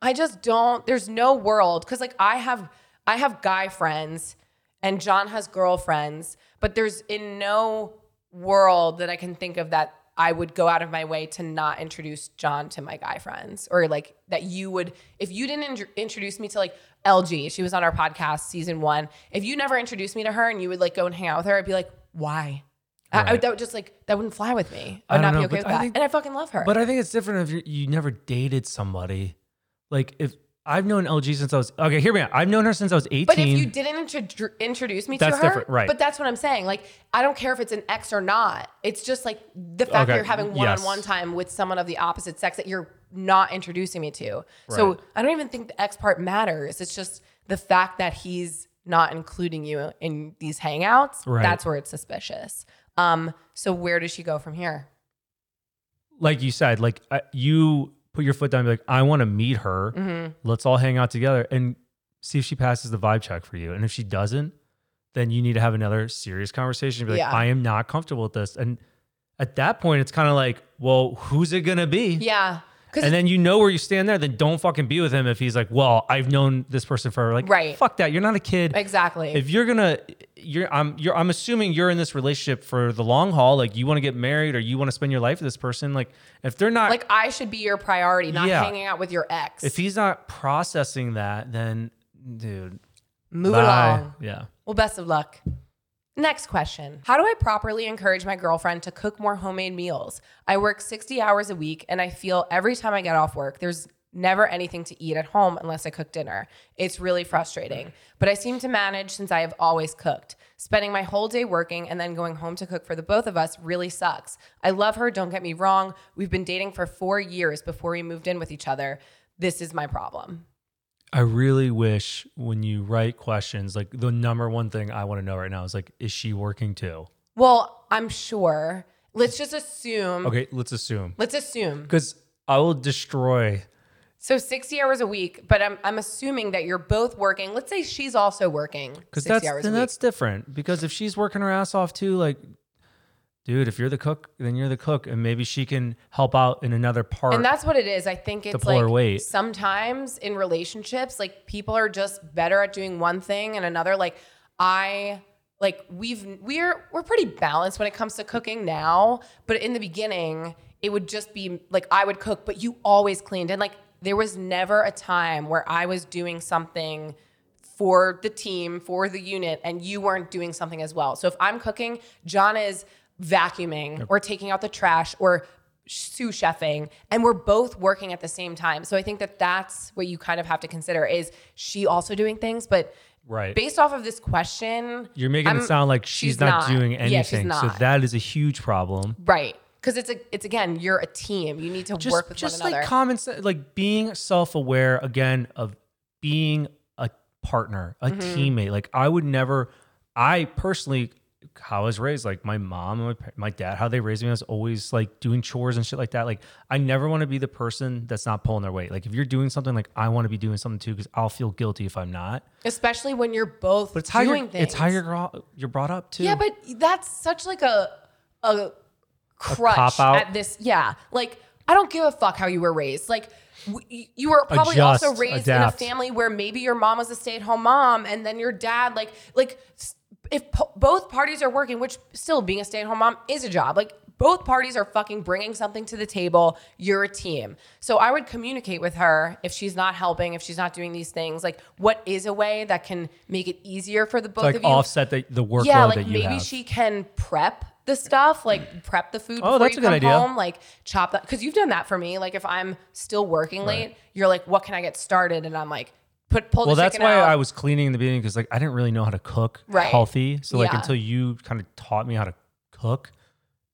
I just don't. There's no world because like I have I have guy friends and John has girlfriends, but there's in no world that I can think of that I would go out of my way to not introduce John to my guy friends or like that you would if you didn't in- introduce me to like LG. She was on our podcast season one. If you never introduced me to her and you would like go and hang out with her, I'd be like, why? I, I would, Right. that would just like that wouldn't fly with me. I I would not don't be know, okay but with I that. think- and I fucking love her. But I think it's different if you you never dated somebody. Like if I've known LG since I was okay. Hear me out. I've known her since I was eighteen. But if you didn't introdu- introduce me That's to her, different, right. But that's what I'm saying. Like, I don't care if it's an ex or not. It's just like the fact that Okay, you're having yes. one-on-one time with someone of the opposite sex that you're not introducing me to. So Right. I don't even think the ex part matters. It's just the fact that he's not including you in these hangouts. Right. That's where it's suspicious. Um. So where does she go from here? like you said, like I, you put your foot down, and be like, I want to meet her. Mm-hmm. Let's all hang out together and see if she passes the vibe check for you. And if she doesn't, then you need to have another serious conversation. Be like, Yeah. I am not comfortable with this. And at that point, it's kind of like, well, who's it gonna be? Yeah. Because And then you know where you stand there. Then don't fucking be with him if he's like, well, I've known this person forever. Like, Right. fuck that. You're not a kid. exactly. If you're gonna, you're I'm you're I'm assuming you're in this relationship for the long haul. Like you want to get married or you want to spend your life with this person. Like if they're not like I should be your priority, not Yeah. hanging out with your ex. if he's not processing that, then dude, Move bye. along. Yeah. Well, best of luck. Next question How do I properly encourage my girlfriend to cook more homemade meals? I work 60 hours a week and I feel every time I get off work, there's never anything to eat at home unless I cook dinner. It's really frustrating, but I seem to manage since I have always cooked. Spending my whole day working and then going home to cook for the both of us really sucks. I love her, don't get me wrong. We've been dating for four years before we moved in with each other. This is my problem. I really wish when you write questions, like the number one thing I want to know right now is like, is she working too? Well, I'm sure. Let's just assume. Okay, let's assume. Let's assume. Because I will destroy So 60 hours a week, but I'm, I'm assuming that you're both working. Let's say she's also working because 60 that's hours a then week. that's different. Because if she's working her ass off too, like dude, if you're the cook, then you're the cook. And maybe she can help out in another part. and that's what it is. I think it's pull her like weight. sometimes in relationships, like people are just better at doing one thing and another. Like I like we've we're we're pretty balanced when it comes to cooking now, but in the beginning, it would just be like I would cook, but you always cleaned. And like there was never a time where I was doing something for the team, for the unit, and you weren't doing something as well. So if I'm cooking, John is vacuuming or taking out the trash or sous chefing, and we're both working at the same time. So I think that that's what you kind of have to consider is she also doing things, but right. based off of this question, You're making I'm- it sound like she's, she's not, not. doing Yeah, she's anything. not. So that is a huge problem. right? Because it's a, it's again, you're a team. You need to just, work with just one another. like common sense, like being self-aware again of being a partner, a Mm-hmm. teammate. Like I would never, I personally, how I was raised, like my mom and my, par- my dad, how they raised me, I was always like doing chores and shit like that. Like I never want to be the person that's not pulling their weight. Like if you're doing something, like I want to be doing something too, because I'll feel guilty if I'm not. Especially when you're both But it's how doing you're, things. it's how you're gro- you're brought up too. Yeah, but that's such like a a crutch cop-out? at this. Yeah, like I don't give a fuck how you were raised. Like w- y- you were probably Adjust, also raised adapt. in a family where maybe your mom was a stay at home mom, and then your dad like like s- if po- both parties are working, which still being a stay at home mom is a job. Like both parties are fucking bringing something to the table. You're a team. So I would communicate with her if she's not helping, if she's not doing these things. Like what is a way that can make it easier for the both like of you? offset the, the workload yeah, like that you maybe have. she can prep the stuff, like prep the food before Oh, that's you a good come idea. home, like chop that. Because you've done that for me. Like if I'm still working late, you're like, what can I get started? And I'm like, put pull Well, the that's chicken why out. I was cleaning in the beginning because like I didn't really know how to cook Right. healthy. So like Yeah. until you kind of taught me how to cook,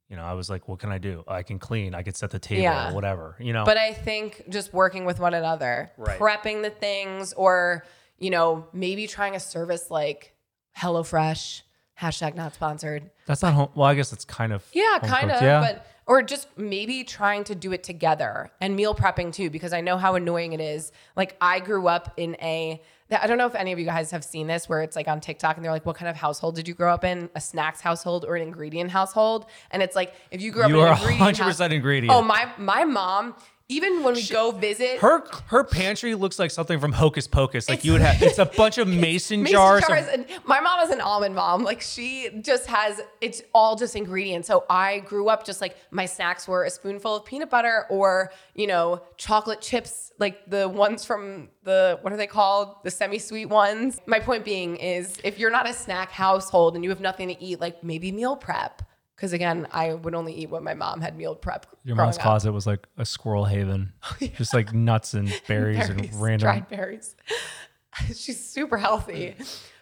you know, I was like, what can I do? I can clean. I can set the table Yeah. or whatever. You know, but I think just working with one another, Right. prepping the things, or you know, maybe trying a service like HelloFresh. Hashtag not sponsored. that's not home. Well, I guess it's kind of Yeah, home kind cooked, of. yeah. But or just maybe trying to do it together and meal prepping too, because I know how annoying it is. Like I grew up in a, that- I don't know if any of you guys have seen this where it's like on TikTok and they're like, what kind of household did you grow up in? A snacks household or an ingredient household? And it's like, if you grew up You in are an ingredient 100% house- ingredient. Oh, my, my mom, even when we go visit Her her pantry looks like something from Hocus Pocus. Like you would have, it's a bunch of mason, Mason jars. of- jars and my mom is an almond mom. Like she just has it's all just ingredients. So I grew up just like my snacks were a spoonful of peanut butter or, you know, chocolate chips, like the ones from the what are they called? The semi-sweet ones. My point being is if you're not a snack household and you have nothing to eat, like maybe meal prep. Because again, I would only eat what my mom had meal prep. Your growing mom's up. Oh, closet was like a squirrel haven, just like nuts and berries, and Berries, random. dried berries. She's super healthy.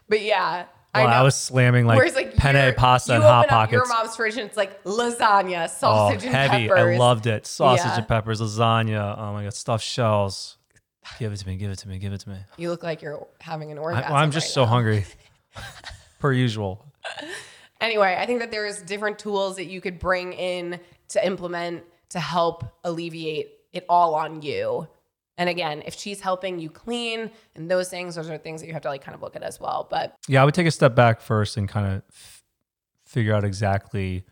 But yeah. Well, I, know. was slamming like, Whereas like penne your- pasta you and hot open up pockets. Your mom's fridge and it's like lasagna, oh, sausage, and heavy! peppers. I loved it. Sausage Yeah. and peppers, lasagna. Oh my god, stuffed shells. Give it to me. Give it to me. Give it to me. You look like you're having an I, orgasm. well, I'm just so right now. hungry, per usual. Anyway, I think that there's different tools that you could bring in to implement to help alleviate it all on you. And again, if she's helping you clean and those things, those are things that you have to like kind of look at as well. But Yeah, I would take a step back first and kind of f- figure out exactly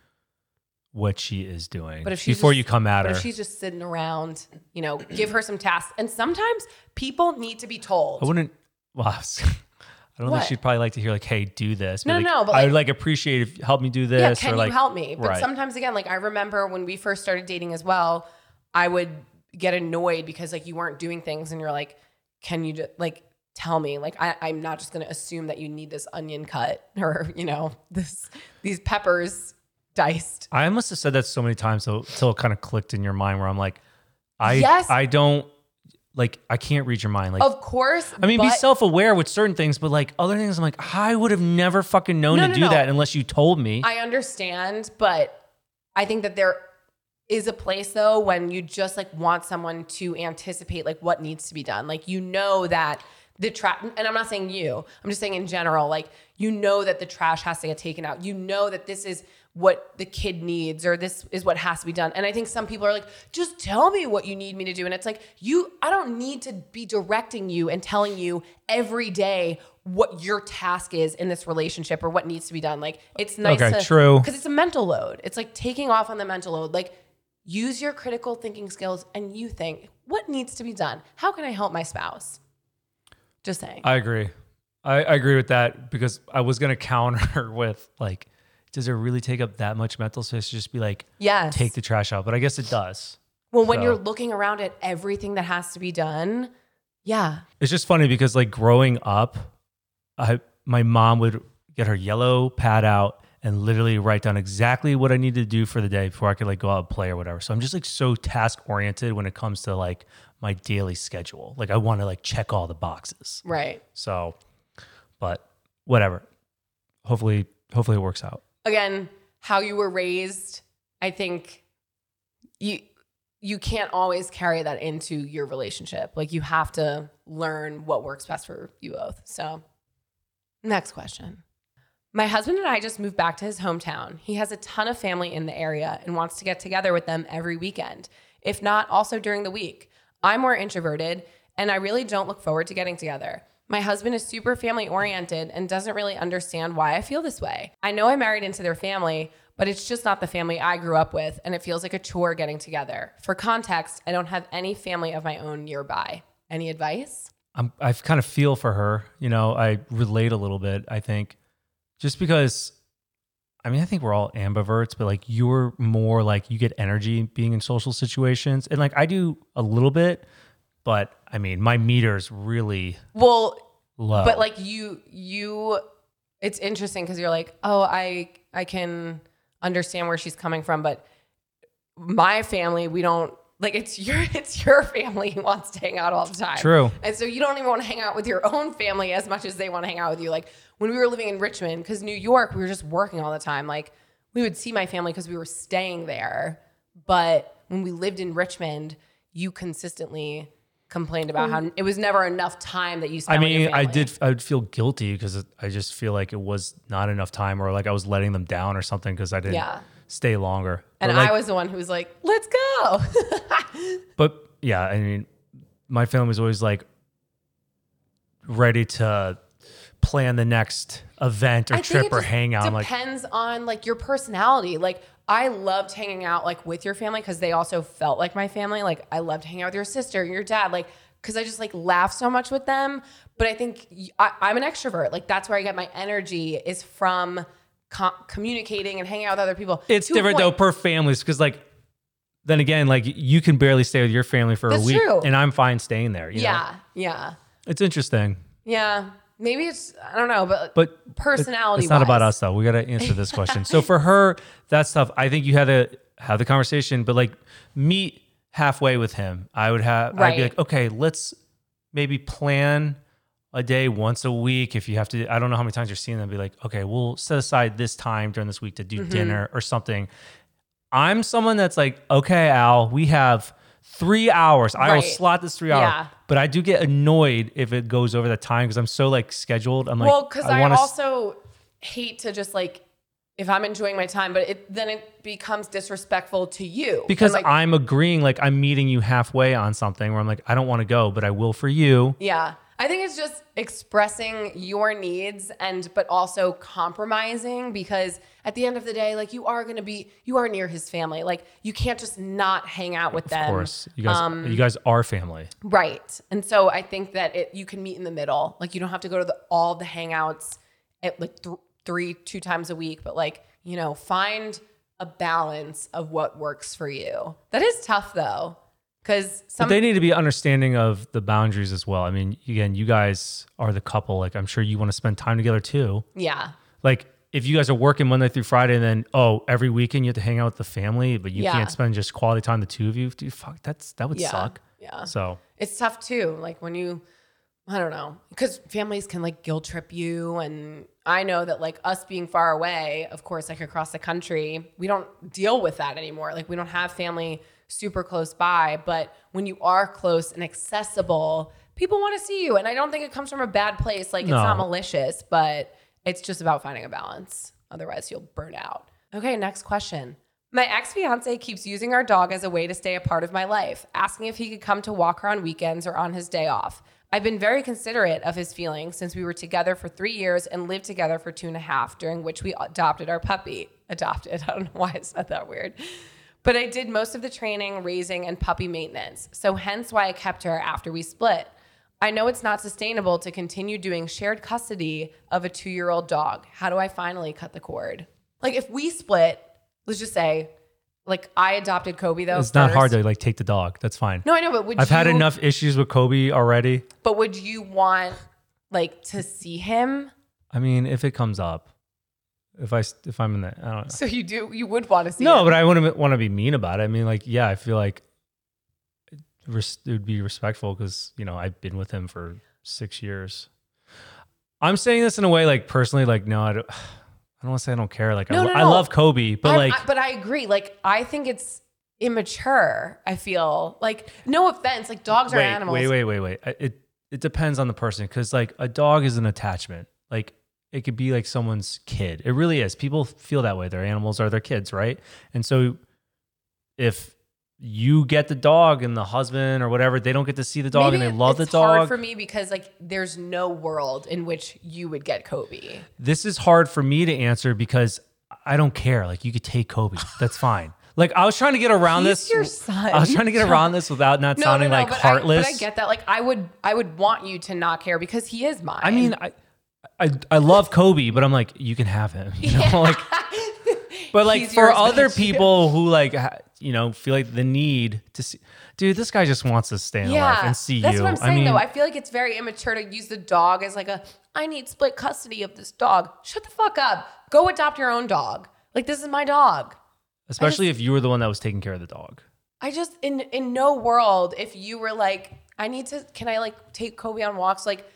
what she is doing But if she's before just- you come at but her. if she's just sitting around, you know, give her some tasks. And sometimes people need to be told. I wouldn't. Well, I was- I don't What? think she'd probably like to hear like, "Hey, do this." No, like, no, but, I would like appreciate if help me do this. Yeah, can or like, you help me? But right. sometimes again, like I remember when we first started dating as well, I would get annoyed because like you weren't doing things and you're like, can you just like tell me? Like I, I'm not just gonna assume that you need this onion cut or, you know, this these peppers diced. I must have said that so many times so till it kind of clicked in your mind where I'm like, I Yes. I don't like I can't read your mind. Like Of course. I mean, be but- self aware with certain things, but like other things, I'm like, I would have never fucking known No, to no, do no. that unless you told me. I understand, but I think that there is a place though when you just like want someone to anticipate like what needs to be done. Like you know that the trash and I'm not saying you. I'm just saying in general like you know that the trash has to get taken out. You know that this is what the kid needs or this is what has to be done. And I think some people are like just tell me what you need me to do and it's like you I don't need to be directing you and telling you every day what your task is in this relationship or what needs to be done. Like it's nice Okay, to- true. because it's a mental load. It's like taking off on the mental load. Like use your critical thinking skills and you think, what needs to be done? How can I help my spouse? Just saying. I agree. I, I agree with that because I was gonna counter with like, does it really take up that much mental space to just be like, yes. take the trash out? But I guess it does. well, when so- you're looking around at everything that has to be done, yeah. It's just funny because like growing up, I my mom would get her yellow pad out and literally write down exactly what I needed to do for the day before I could like go out and play or whatever. So I'm just like so task oriented when it comes to like my daily schedule. Like I want to like check all the boxes. Right. So, but whatever. Hopefully, hopefully it works out. Again, how you were raised, I think you you can't always carry that into your relationship. Like you have to learn what works best for you both. So Next question. My husband and I just moved back to his hometown. He has a ton of family in the area and wants to get together with them every weekend, if not also during the week. I'm more introverted and I really don't look forward to getting together. My husband is super family oriented and doesn't really understand why I feel this way. I know I married into their family, but it's just not the family I grew up with, and it feels like a chore getting together. For context, I don't have any family of my own nearby. Any advice? I'm I kind of feel for her. You know, I relate a little bit. I think just because, I mean, I think we're all ambiverts, but like you're more like you get energy being in social situations, and like I do a little bit, but I mean, my meter's really Well, low. but like you you it's interesting because you're like oh i i can understand where she's coming from but my family we don't like it's your it's your family who wants to hang out all the time True. and so you don't even want to hang out with your own family as much as they want to hang out with you like when we were living in richmond because new york we were just working all the time like we would see my family because we were staying there but when we lived in richmond you consistently complained about how it was never enough time that you spent I with your mean, I family. did. I would feel guilty because I just feel like it was not enough time, or like I was letting them down, or something. Because I didn't. Yeah. stay longer. And But, like, I was the one who was like, let's go. But yeah, I mean, my family's always like ready to plan the next event or I think trip it or just hangout. I'm like, Depends on like your personality. Like I loved hanging out like with your family because they also felt like my family. Like I loved hanging out with your sister, your dad, like because I just like laugh so much with them. But I think y- I, am an extrovert. Like that's where I get my energy is from co- communicating and hanging out with other people. it's To a different point. though per families because like. Then again, like you can barely stay with your family for That's a week, true. and I'm fine staying there. you know? Yeah, yeah, it's interesting, yeah. Maybe it's I don't know, but, but personality. it's not about us though. We got to answer this question. so for her, that stuff, I think you had to have the conversation, but like meet halfway with him. I would have, I'd Right. be like, okay, let's maybe plan a day once a week. If you have to, I don't know how many times you're seeing them. Be like, okay, we'll set aside this time during this week to do Mm-hmm. dinner or something. I'm someone that's like, okay, Al, we have three hours. I will Right. slot this three Yeah. hours. But I do get annoyed if it goes over that time because I'm so like scheduled. I'm like, well, because I, wanna s- also hate to just like if I'm enjoying my time, but it then it becomes disrespectful to you And, because like, I'm agreeing, like I'm meeting you halfway on something where I'm like, I don't want to go, but I will for you. yeah, I think it's just expressing your needs and but also compromising because at the end of the day, like you are gonna be you are near his family, like you can't just not hang out with them, Of course, you guys, Um, you guys are family. right? And so I think that it you can meet in the middle, like you don't have to go to the, all the hangouts at like th- three two times a week, but like you know find a balance of what works for you. That is tough though, because But some they need to be understanding of the boundaries as well. I mean, again, you guys are the couple. Like I'm sure you want to spend time together too. yeah. Like if you guys are working Monday through Friday, and then oh, every weekend you have to hang out with the family, but you Yeah. can't spend just quality time the two of you. Dude, fuck, that's that would Yeah. suck. Yeah. So It's tough too. Like when you, I don't know, because families can like guilt trip you. And I know that like us being far away, of course, like across the country, we don't deal with that anymore. Like we don't have family super close by. But when you are close and accessible, people want to see you. And I don't think it comes from a bad place. Like it's No. not malicious, but it's just about finding a balance. Otherwise, you'll burn out. Okay, next question. My ex fiance keeps using our dog as a way to stay a part of my life, asking if he could come to walk her on weekends or on his day off. I've been very considerate of his feelings since we were together for three years and lived together for two and a half, during which we adopted our puppy. Adopted. I don't know why it's not that weird. But I did most of the training, raising, and puppy maintenance, so hence why I kept her after we split. I know it's not sustainable to continue doing shared custody of a two year old dog. How do I finally cut the cord? Like, if we split, let's just say, like, I adopted Kobe though. it's not hard first. to like take the dog. That's fine. No, I know, but would I've you, had enough issues with Kobe already. But would you want, like, to see him? I mean, if it comes up, if I s- if I'm in the, I don't know. So you do, you would want to see No, him. but I wouldn't want to be mean about it. I mean, like, yeah, I feel like res- it would be respectful because you know I've been with him for six years. I'm saying this in a way, like personally, like no, I don't. I don't want to say I don't care. Like, I, No, lo- no, I no. love Kobe, but I'm- like, I- but I agree. Like, I think it's immature. I feel like, no offense, like, dogs are wait, animals. wait, wait, wait, wait. I- It it depends on the person because like a dog is an attachment. Like it could be like someone's kid. It really is. People feel that way. Their animals are their kids, right? And so if you get the dog and the husband or whatever, they don't get to see the dog Maybe and they love the it's hard dog. for me because like there's no world in which you would get Kobe. this is hard for me to answer because I don't care. Like you could take Kobe. That's fine. Like I was trying to get around He's this. your son. I was trying to get around this without not sounding like but heartless. I, but I get that. Like I would, I would want you to not care because he is mine. I mean, I, I I love Kobe, but I'm like, you can have him, you know, like. But like He's for yours, other bitch. people who like, ha- you know, feel like the need to see, dude, this guy just wants to stay in yeah, life and see that's you. what I'm saying I mean, though. I feel like it's very immature to use the dog as like a I need split custody of this dog. Shut the fuck up. Go adopt your own dog. Like this is my dog. especially if you were the one that was taking care of the dog. I just in in no world if you were like I need to can I like take Kobe on walks like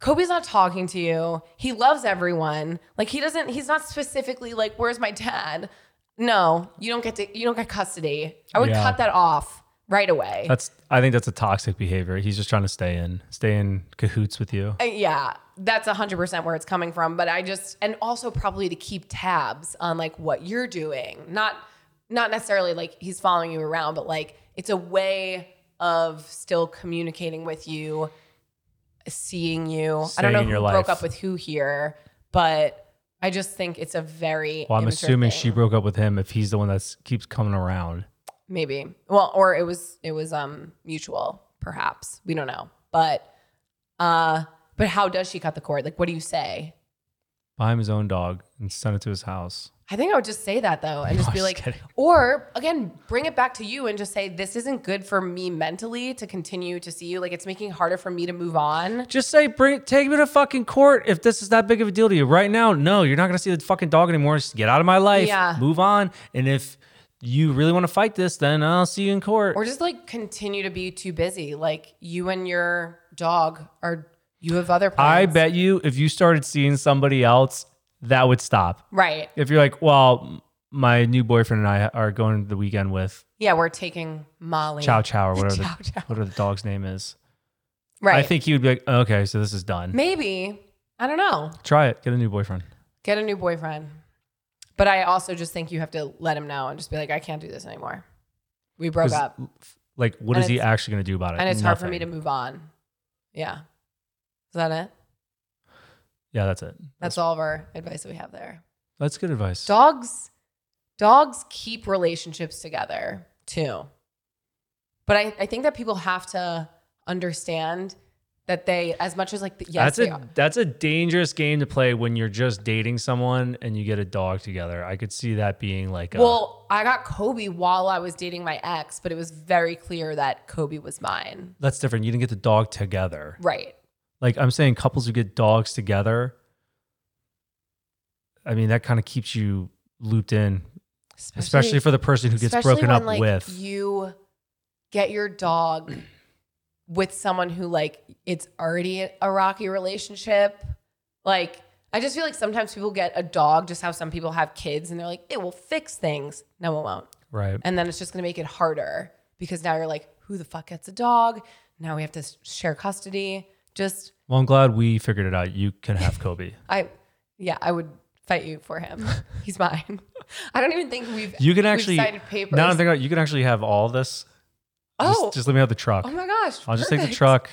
Kobe's not talking to you. He loves everyone. Like he doesn't he's not specifically like where's my dad? No, you don't get to you don't get custody. I would Yeah. cut that off. right away. That's I think that's a toxic behavior. He's just trying to stay in, stay in cahoots with you. Uh, yeah, that's 100% where it's coming from, but I just and also probably to keep tabs on like what you're doing. Not not necessarily like he's following you around, but like it's a way of still communicating with you, seeing you. I Staying don't know in who your life. broke up with who here, but I just think it's a very Well, I'm immature assuming thing. she broke up with him if he's the one that keeps coming around. maybe well or it was it was um mutual perhaps we don't know but uh but how does she cut the cord like what do you say Buy him his own dog and send it to his house. i think i would just say that though and just I'm be just like kidding. or again bring it back to you and just say this isn't good for me mentally to continue to see you like it's making it harder for me to move on Just say, bring, take me to fucking court if this is that big of a deal to you. Right now, no, you're not gonna see the fucking dog anymore. Just get out of my life. Yeah. Move on. And if you really want to fight this, then I'll see you in court. or just like continue to be too busy like you and your dog are you have other I plans bet you if you started seeing somebody else, that would stop. right If you're like, well, my new boyfriend and I are going to the weekend with yeah we're taking molly Chow Chow or whatever, Chow the, Chow. whatever the dog's name is. right I think he would be like, okay, so this is done. maybe i don't know Try it. Get a new boyfriend. get a new boyfriend. But I also just think you have to let him know and just be like, I can't do this anymore. We broke 'Cause, up, Like, what And is he it's- actually going to do about it? and it's hard for me to Nothing. move on. Yeah, is that it? Yeah, that's it. That's all of our advice that we have there. That's good advice. Dogs, dogs keep relationships together too. But I, I think that people have to understand that they, as much as like, the, yes, that's they a are. that's a dangerous game to play when you're just dating someone and you get a dog together. I could see that being like, a, Well, I got Kobe while I was dating my ex, but it was very clear that Kobe was mine. that's different. You didn't get the dog together. Right. Like I'm saying, couples who get dogs together. I mean, that kind of keeps you looped in, especially for the person who gets Especially broken when, up like, with. You get your dog with someone who like it's already a rocky relationship. Like I just feel like sometimes people get a dog, just how some people have kids, and they're like, it will fix things. No, it won't. right. And then it's just gonna make it harder because now you're like, who the fuck gets a dog? Now we have to s- share custody. Just Well, I'm glad we figured it out. You can have Kobe. I, yeah, I would fight you for him. He's mine. I don't even think we've You can we've actually signed papers. now. that I'm thinking about it, you can actually have all this. Just, oh, just let me have the truck. oh my gosh! I'll just take the perfect. truck.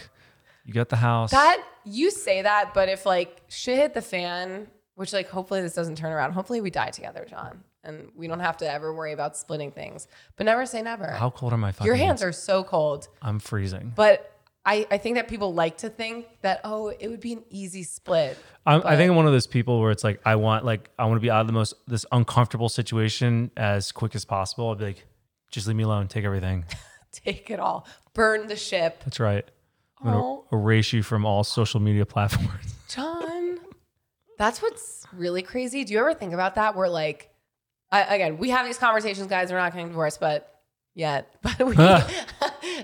You got the house. That you say that, but if like shit hit the fan, which like hopefully this doesn't turn around. Hopefully we die together, John, and we don't have to ever worry about splitting things. But never say never. How cold are my fucking Your hands are so cold, I'm freezing. but I I think that people like to think that oh it would be an easy split. I'm, I think I'm one of those people where it's like I want like I want to be out of the most this uncomfortable situation as quick as possible. I'd be like, just leave me alone. Take everything. Take it all, burn the ship, That's right. I'm gonna Oh. erase you from all social media platforms. John. That's what's really crazy. Do you ever think about that? Where like, I, again, we have these conversations, guys. We're not getting divorced, but yet, but we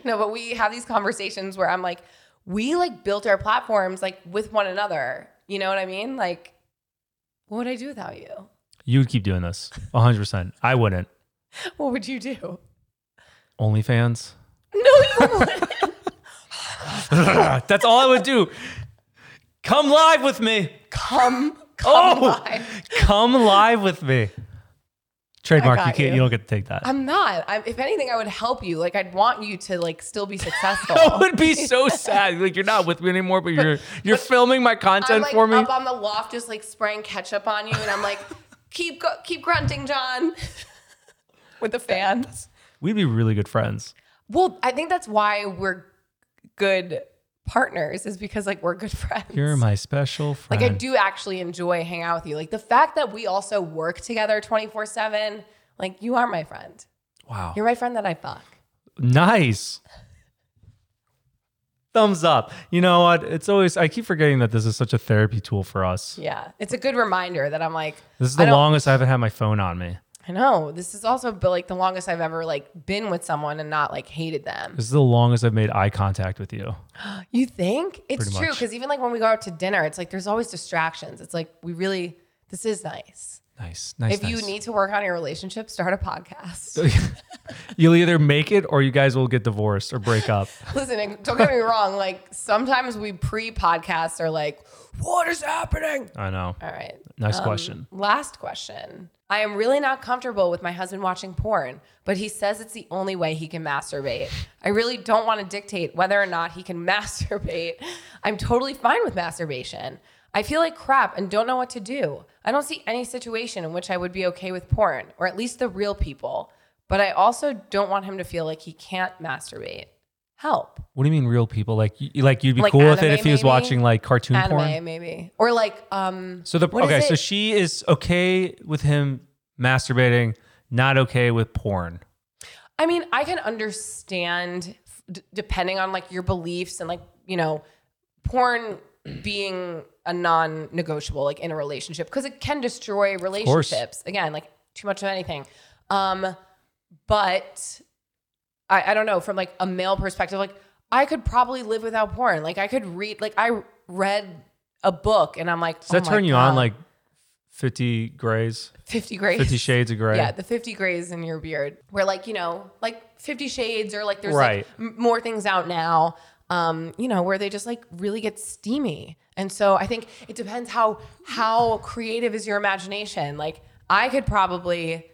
no, but we have these conversations where I'm like, we like built our platforms like with one another. You know what I mean? Like, what would I do without you? you would keep doing this, 100. percent I wouldn't. What would you do? OnlyFans. No, you wouldn't. That's all I would do. Come live with me. come, come Oh! by. Come live with me. Trademark. You got can't. you. You. don't get to take that. I'm not. I'm, if anything, I would help you. Like, I'd want you to like still be successful. That would be so sad. Like you're not with me anymore, but you're you're filming my I'm content like for me. up on the loft, just like spraying ketchup on you, and I'm like, keep go- keep grunting, John, with the fans. We'd be really good friends. Well, I think that's why we're good partners, is because like we're good friends. You're my special friend. like I do actually enjoy hanging out with you. Like the fact that we also work together 24 seven. Like you are my friend. Wow. You're my friend that I fuck. nice. Thumbs up. You know what? It's always I keep forgetting that this is such a therapy tool for us. Yeah, it's a good reminder that I'm like. This is the I don't- longest I haven't had my phone on me. I know this is also but like the longest I've ever like been with someone and not like hated them. This is the longest I've made eye contact with you. You think it's Pretty true much. because even like when we go out to dinner, it's like there's always distractions. It's like we really this is nice. Nice, nice. if you nice. need to work on your relationship, start a podcast. you'll either make it or you guys will get divorced or break up. Listen, and don't get me wrong. Like sometimes we pre-podcast are like, "What is happening?" I know. All right. Um, Nice question. Last question. I am really not comfortable with my husband watching porn, but he says it's the only way he can masturbate. I really don't want to dictate whether or not he can masturbate. I'm totally fine with masturbation. I feel like crap and don't know what to do. I don't see any situation in which I would be okay with porn, or at least the real people. But I also don't want him to feel like he can't masturbate. Help. What do you mean, real people? Like, you, like you'd be Like cool with it anime, if he was maybe? watching like cartoon Anime, porn. maybe. Or like, um, So the What is okay, so it? she is okay with him masturbating, not okay with porn. I mean, I can understand f- d- depending on like your beliefs and like, you know, porn being a non-negotiable like in a relationship because it can destroy course. relationships. Again, like too much of anything. Um but I, I don't know from like a male perspective like I could probably live without porn. Like I could read like I read a book and I'm like Does that "Oh my turn you on God, like Fifty Grays, 50 grades Fifty Shades of Grey? yeah, the 50 grays in your beard. Where like, you know, like 50 shades or like there's Right. like m- more things out now. Um, you know, where they just like really get steamy. And so I think it depends how how creative is your imagination. Like I could probably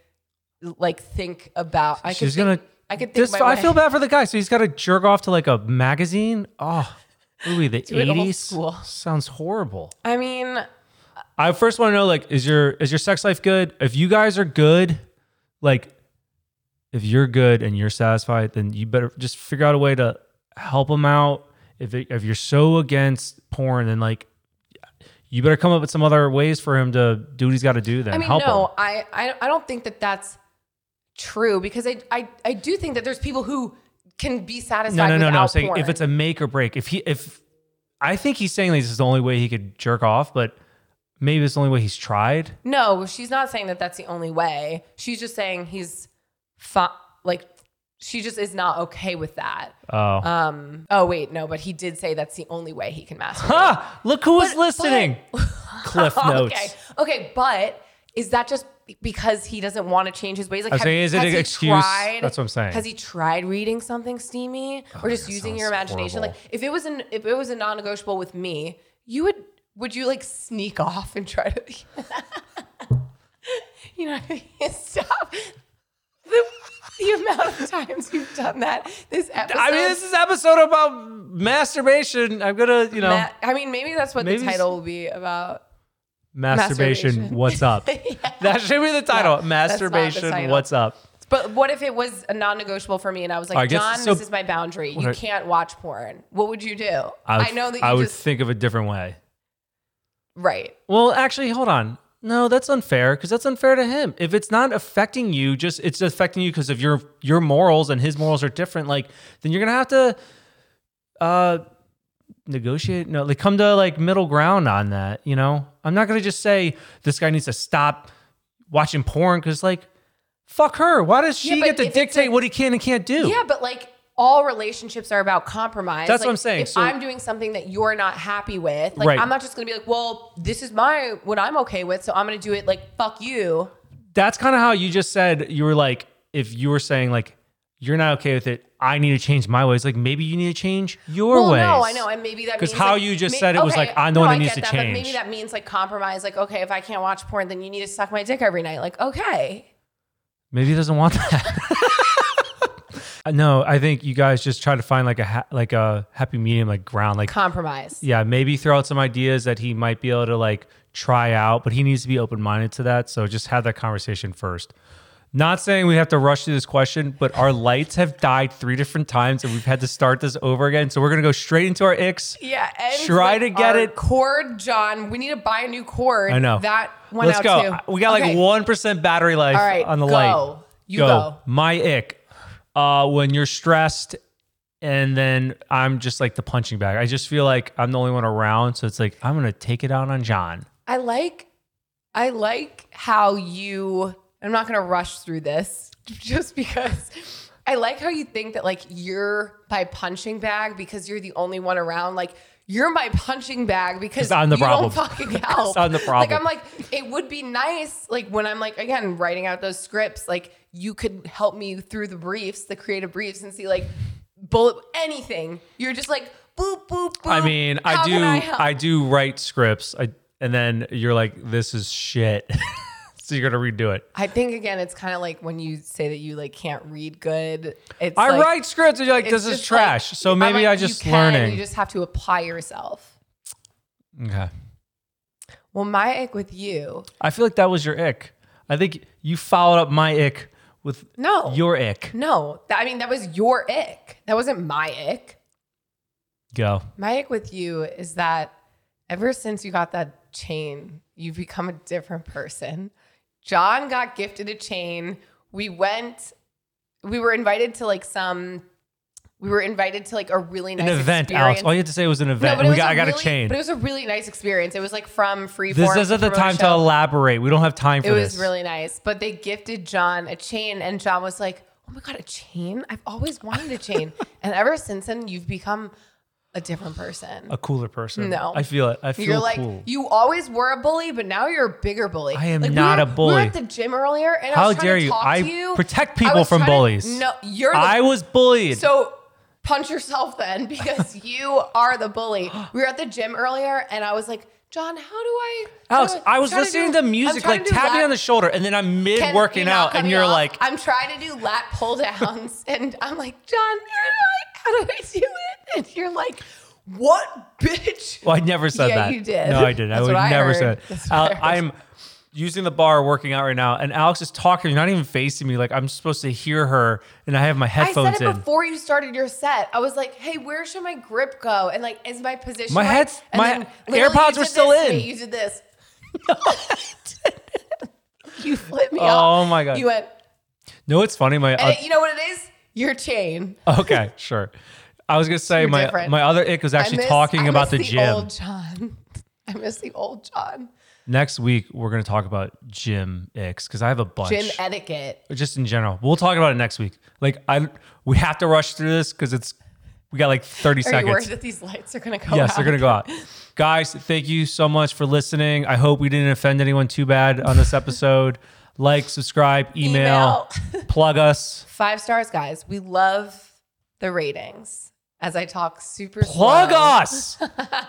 like think about I She's could gonna. think, I could think This, my I way feel bad for the guy. So he's got to jerk off to like a magazine. Oh, Louis, the it old eighties school. sounds horrible. I mean, I first want to know like is your is your sex life good? If you guys are good, like if you're good and you're satisfied, then you better just figure out a way to help them out. If it, if you're so against porn, then like you better come up with some other ways for him to do what he's got to do. Then I mean, help him. no, I, I I don't think that that's true because I I, I do think that there's people who can be satisfied. No, no, no, without no. Saying porn. if it's a make or break. If he if I think he's saying this is the only way he could jerk off, but maybe it's the only way he's tried. No, she's not saying that that's the only way. She's just saying he's fi- like she just is not okay with that. Oh, Um oh wait, no, but he did say that's the only way he can masturbate. ha! Look who was listening. Cliff notes. okay. Okay, but is that just because he doesn't want to change his ways? Like, I'm saying, is it has an he excuse? That's what I'm saying. Has he tried reading something steamy or just God, using sounds your imagination? horrible. Like, if it was an if it was a non-negotiable with me, you would would you like sneak off and try to? you know, what I mean? stop. The, the amount of times you've done that this episode. I mean, this is episode about masturbation. I'm gonna, you know, Ma- I mean, maybe that's what Maybe the s- title will be about. masturbation, masturbation. What's up? That should be the title. that's not the masturbation. title. What's up? But what if it was a non-negotiable for me, and I was like, I guess- John, so- this is my boundary. You Right. can't watch porn. What would you do? would- I, know that you I would just think of a different way. right. Well, actually, hold on. No, that's unfair because that's unfair to him. If it's not affecting you, just it's affecting you because of your your morals and his morals are different. Like, then you're gonna have to uh negotiate. No, like come to like middle ground on that. You know, I'm not gonna just say this guy needs to stop watching porn because like, fuck her. Why does she Yeah, but get if to it's a- dictate what he can and can't do? Yeah, but like all relationships are about compromise. That's what Like, I'm saying. If So- I'm doing something that you're not happy with, like Right. I'm not just gonna be like, well, this is my what I'm okay with, so I'm gonna do it. Like fuck you. that's kind of how you just said you were like if you were saying like you're not okay with it i need to change my ways like maybe you need to change your Well, ways no, I know, and maybe that 'Cause means, how like, you just may- said it was okay, like, I'm the one no, that I needs get to that, But maybe change. that means like compromise. Like okay, if I can't watch porn, then you need to suck my dick every night. Like okay, maybe he doesn't want that no i think you guys just try to find like a ha- like a happy medium like ground like compromise. yeah maybe throw out some ideas that he might be able to like try out but he needs to be open-minded to that so just have that conversation first not saying we have to rush through this question but our lights have died three different times and we've had to start this over again so we're gonna go straight into our icks Yeah, and Try to get it- cord, John. We need to buy a new cord. I know. that went Let's out go. too. We got like Okay. one percent battery life All right, on the go. light. You go. My ick. Uh, when you're stressed, and then I'm just like the punching bag. I just feel like I'm the only one around, so it's like I'm gonna take it out on John. I like, I like how you. I'm not gonna rush through this just because. I like how you think that like you're by punching bag because you're the only one around. Like you're my punching bag because It's not in the you problem. don't fucking help. It's not in the problem. Like I'm like, it would be nice, like when I'm like again writing out those scripts, like you could help me through the briefs, the creative briefs, and see like bullet anything. You're just like boop boop. boop. I mean, I Oh, How do can I, help? I, do write scripts. I and then you're like, this is shit. so you're gonna redo it. I think again, it's kind of like when you say that you like can't read good. It's I like, write scripts and you're like, it's this is just trash. like- so I'm maybe like, I you just can, learning. You just have to apply yourself. okay. Well, my ick with you. I feel like that was your ick. I think you followed up my ick with No. your ick. No, That- I mean that was your ick. That wasn't my ick. Go. My ick with you is that ever since you got that chain, you've become a different person. John got gifted a chain. We went. We were invited to like some. We were invited to like a really An nice event, Alex. experience. All you had to say was an No, event. but we it was got, a I got really, a chain. But it was a really nice experience. It was like from Freeform. this isn't the to promote time a to show. elaborate. We don't have time for It this. was really nice. But they gifted John a chain, and John was like, "Oh my god, a chain! I've always wanted a chain." and ever since then, you've become a different person. a cooler person. No. I feel it. I feel You're like cool. you always were a bully, but now you're a bigger bully. I am Like, we not were- a We were bully. at the gym earlier, and I How was trying dare to you? talk I to you. protect I people was from trying to- bullies. no, you're. The, I was bullied. so punch yourself then because you are the bully. We were at the gym earlier and I was like, John, how do I? Alex, how do I was trying listening do- to I'm music, trying like to do tap me lat- on the shoulder, and then I'm mid Can- working you're not out, and cutting you're off. like, I'm trying to do lat pull downs, and I'm like, John, how do I, how do I do it? And you're like, what, bitch? "Well, "Oh, I never said Yeah, that." you did. No, I didn't. I That's would what I never heard. say That's that. what I Al- I'm heard. using the bar, working out right now, and Alex is talking. You're not even facing me. Like I'm supposed to hear her, and I have my I said headphones it in. before you started your set. I was like, "Hey, where should my grip go?" And like, is my position? My right? head's- And my then literally AirPods you did were still this to in. me. You did this. you flipped me Oh off. my God. You went. No, it's funny. My And uh, Oh, it- you know what it is? Your chain. okay, sure. I was gonna say You're my different. my other ick was I actually miss- talking I about miss the, gym. Old John. I miss the old John. Next week we're gonna talk about gym icks because I have a bunch. Gym etiquette. just in general. We'll talk about it next week. Like I, we have to rush through this because it's we got like thirty Are you worried seconds. that these lights are going to go Yes, out? they're gonna go out. Guys, thank you so much for listening. I hope we didn't offend anyone too bad on this episode. like, subscribe, email, plug us. Five stars, guys. We love the ratings. As I talk super Plug slow. us.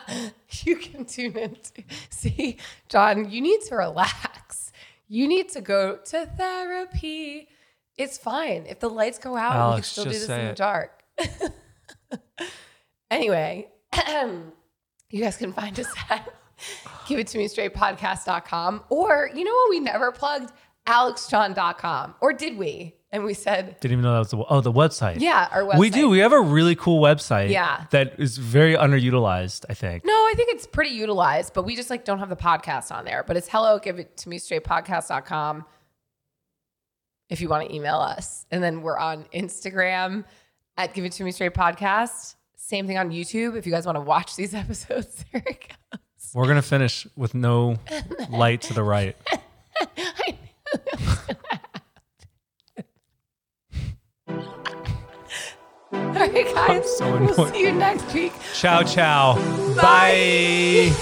you can tune in. To, see, John, you need to relax. You need to go to therapy. It's fine. If the lights go out, we can Alex, still do just this say in the it. dark. anyway, you guys can find us at give it to me straight podcast.com or you know what we never plugged? AlexJohn.com. Or did we? And we said, Didn't even know that was the oh the website. yeah, our website. We do. We have a really cool website. Yeah. That is very underutilized, I think. No, I think it's pretty utilized, but we just like don't have the podcast on there. But it's hello, give it to me straight podcast.com if you want to email us. And then we're on Instagram at give it to me straight podcast. Same thing on YouTube if you guys want to watch these episodes. There it goes. We're gonna finish with no light to the right. I knew it was gonna happen. All right, guys. so we'll annoyed. see you next week. Ciao, ciao. Bye.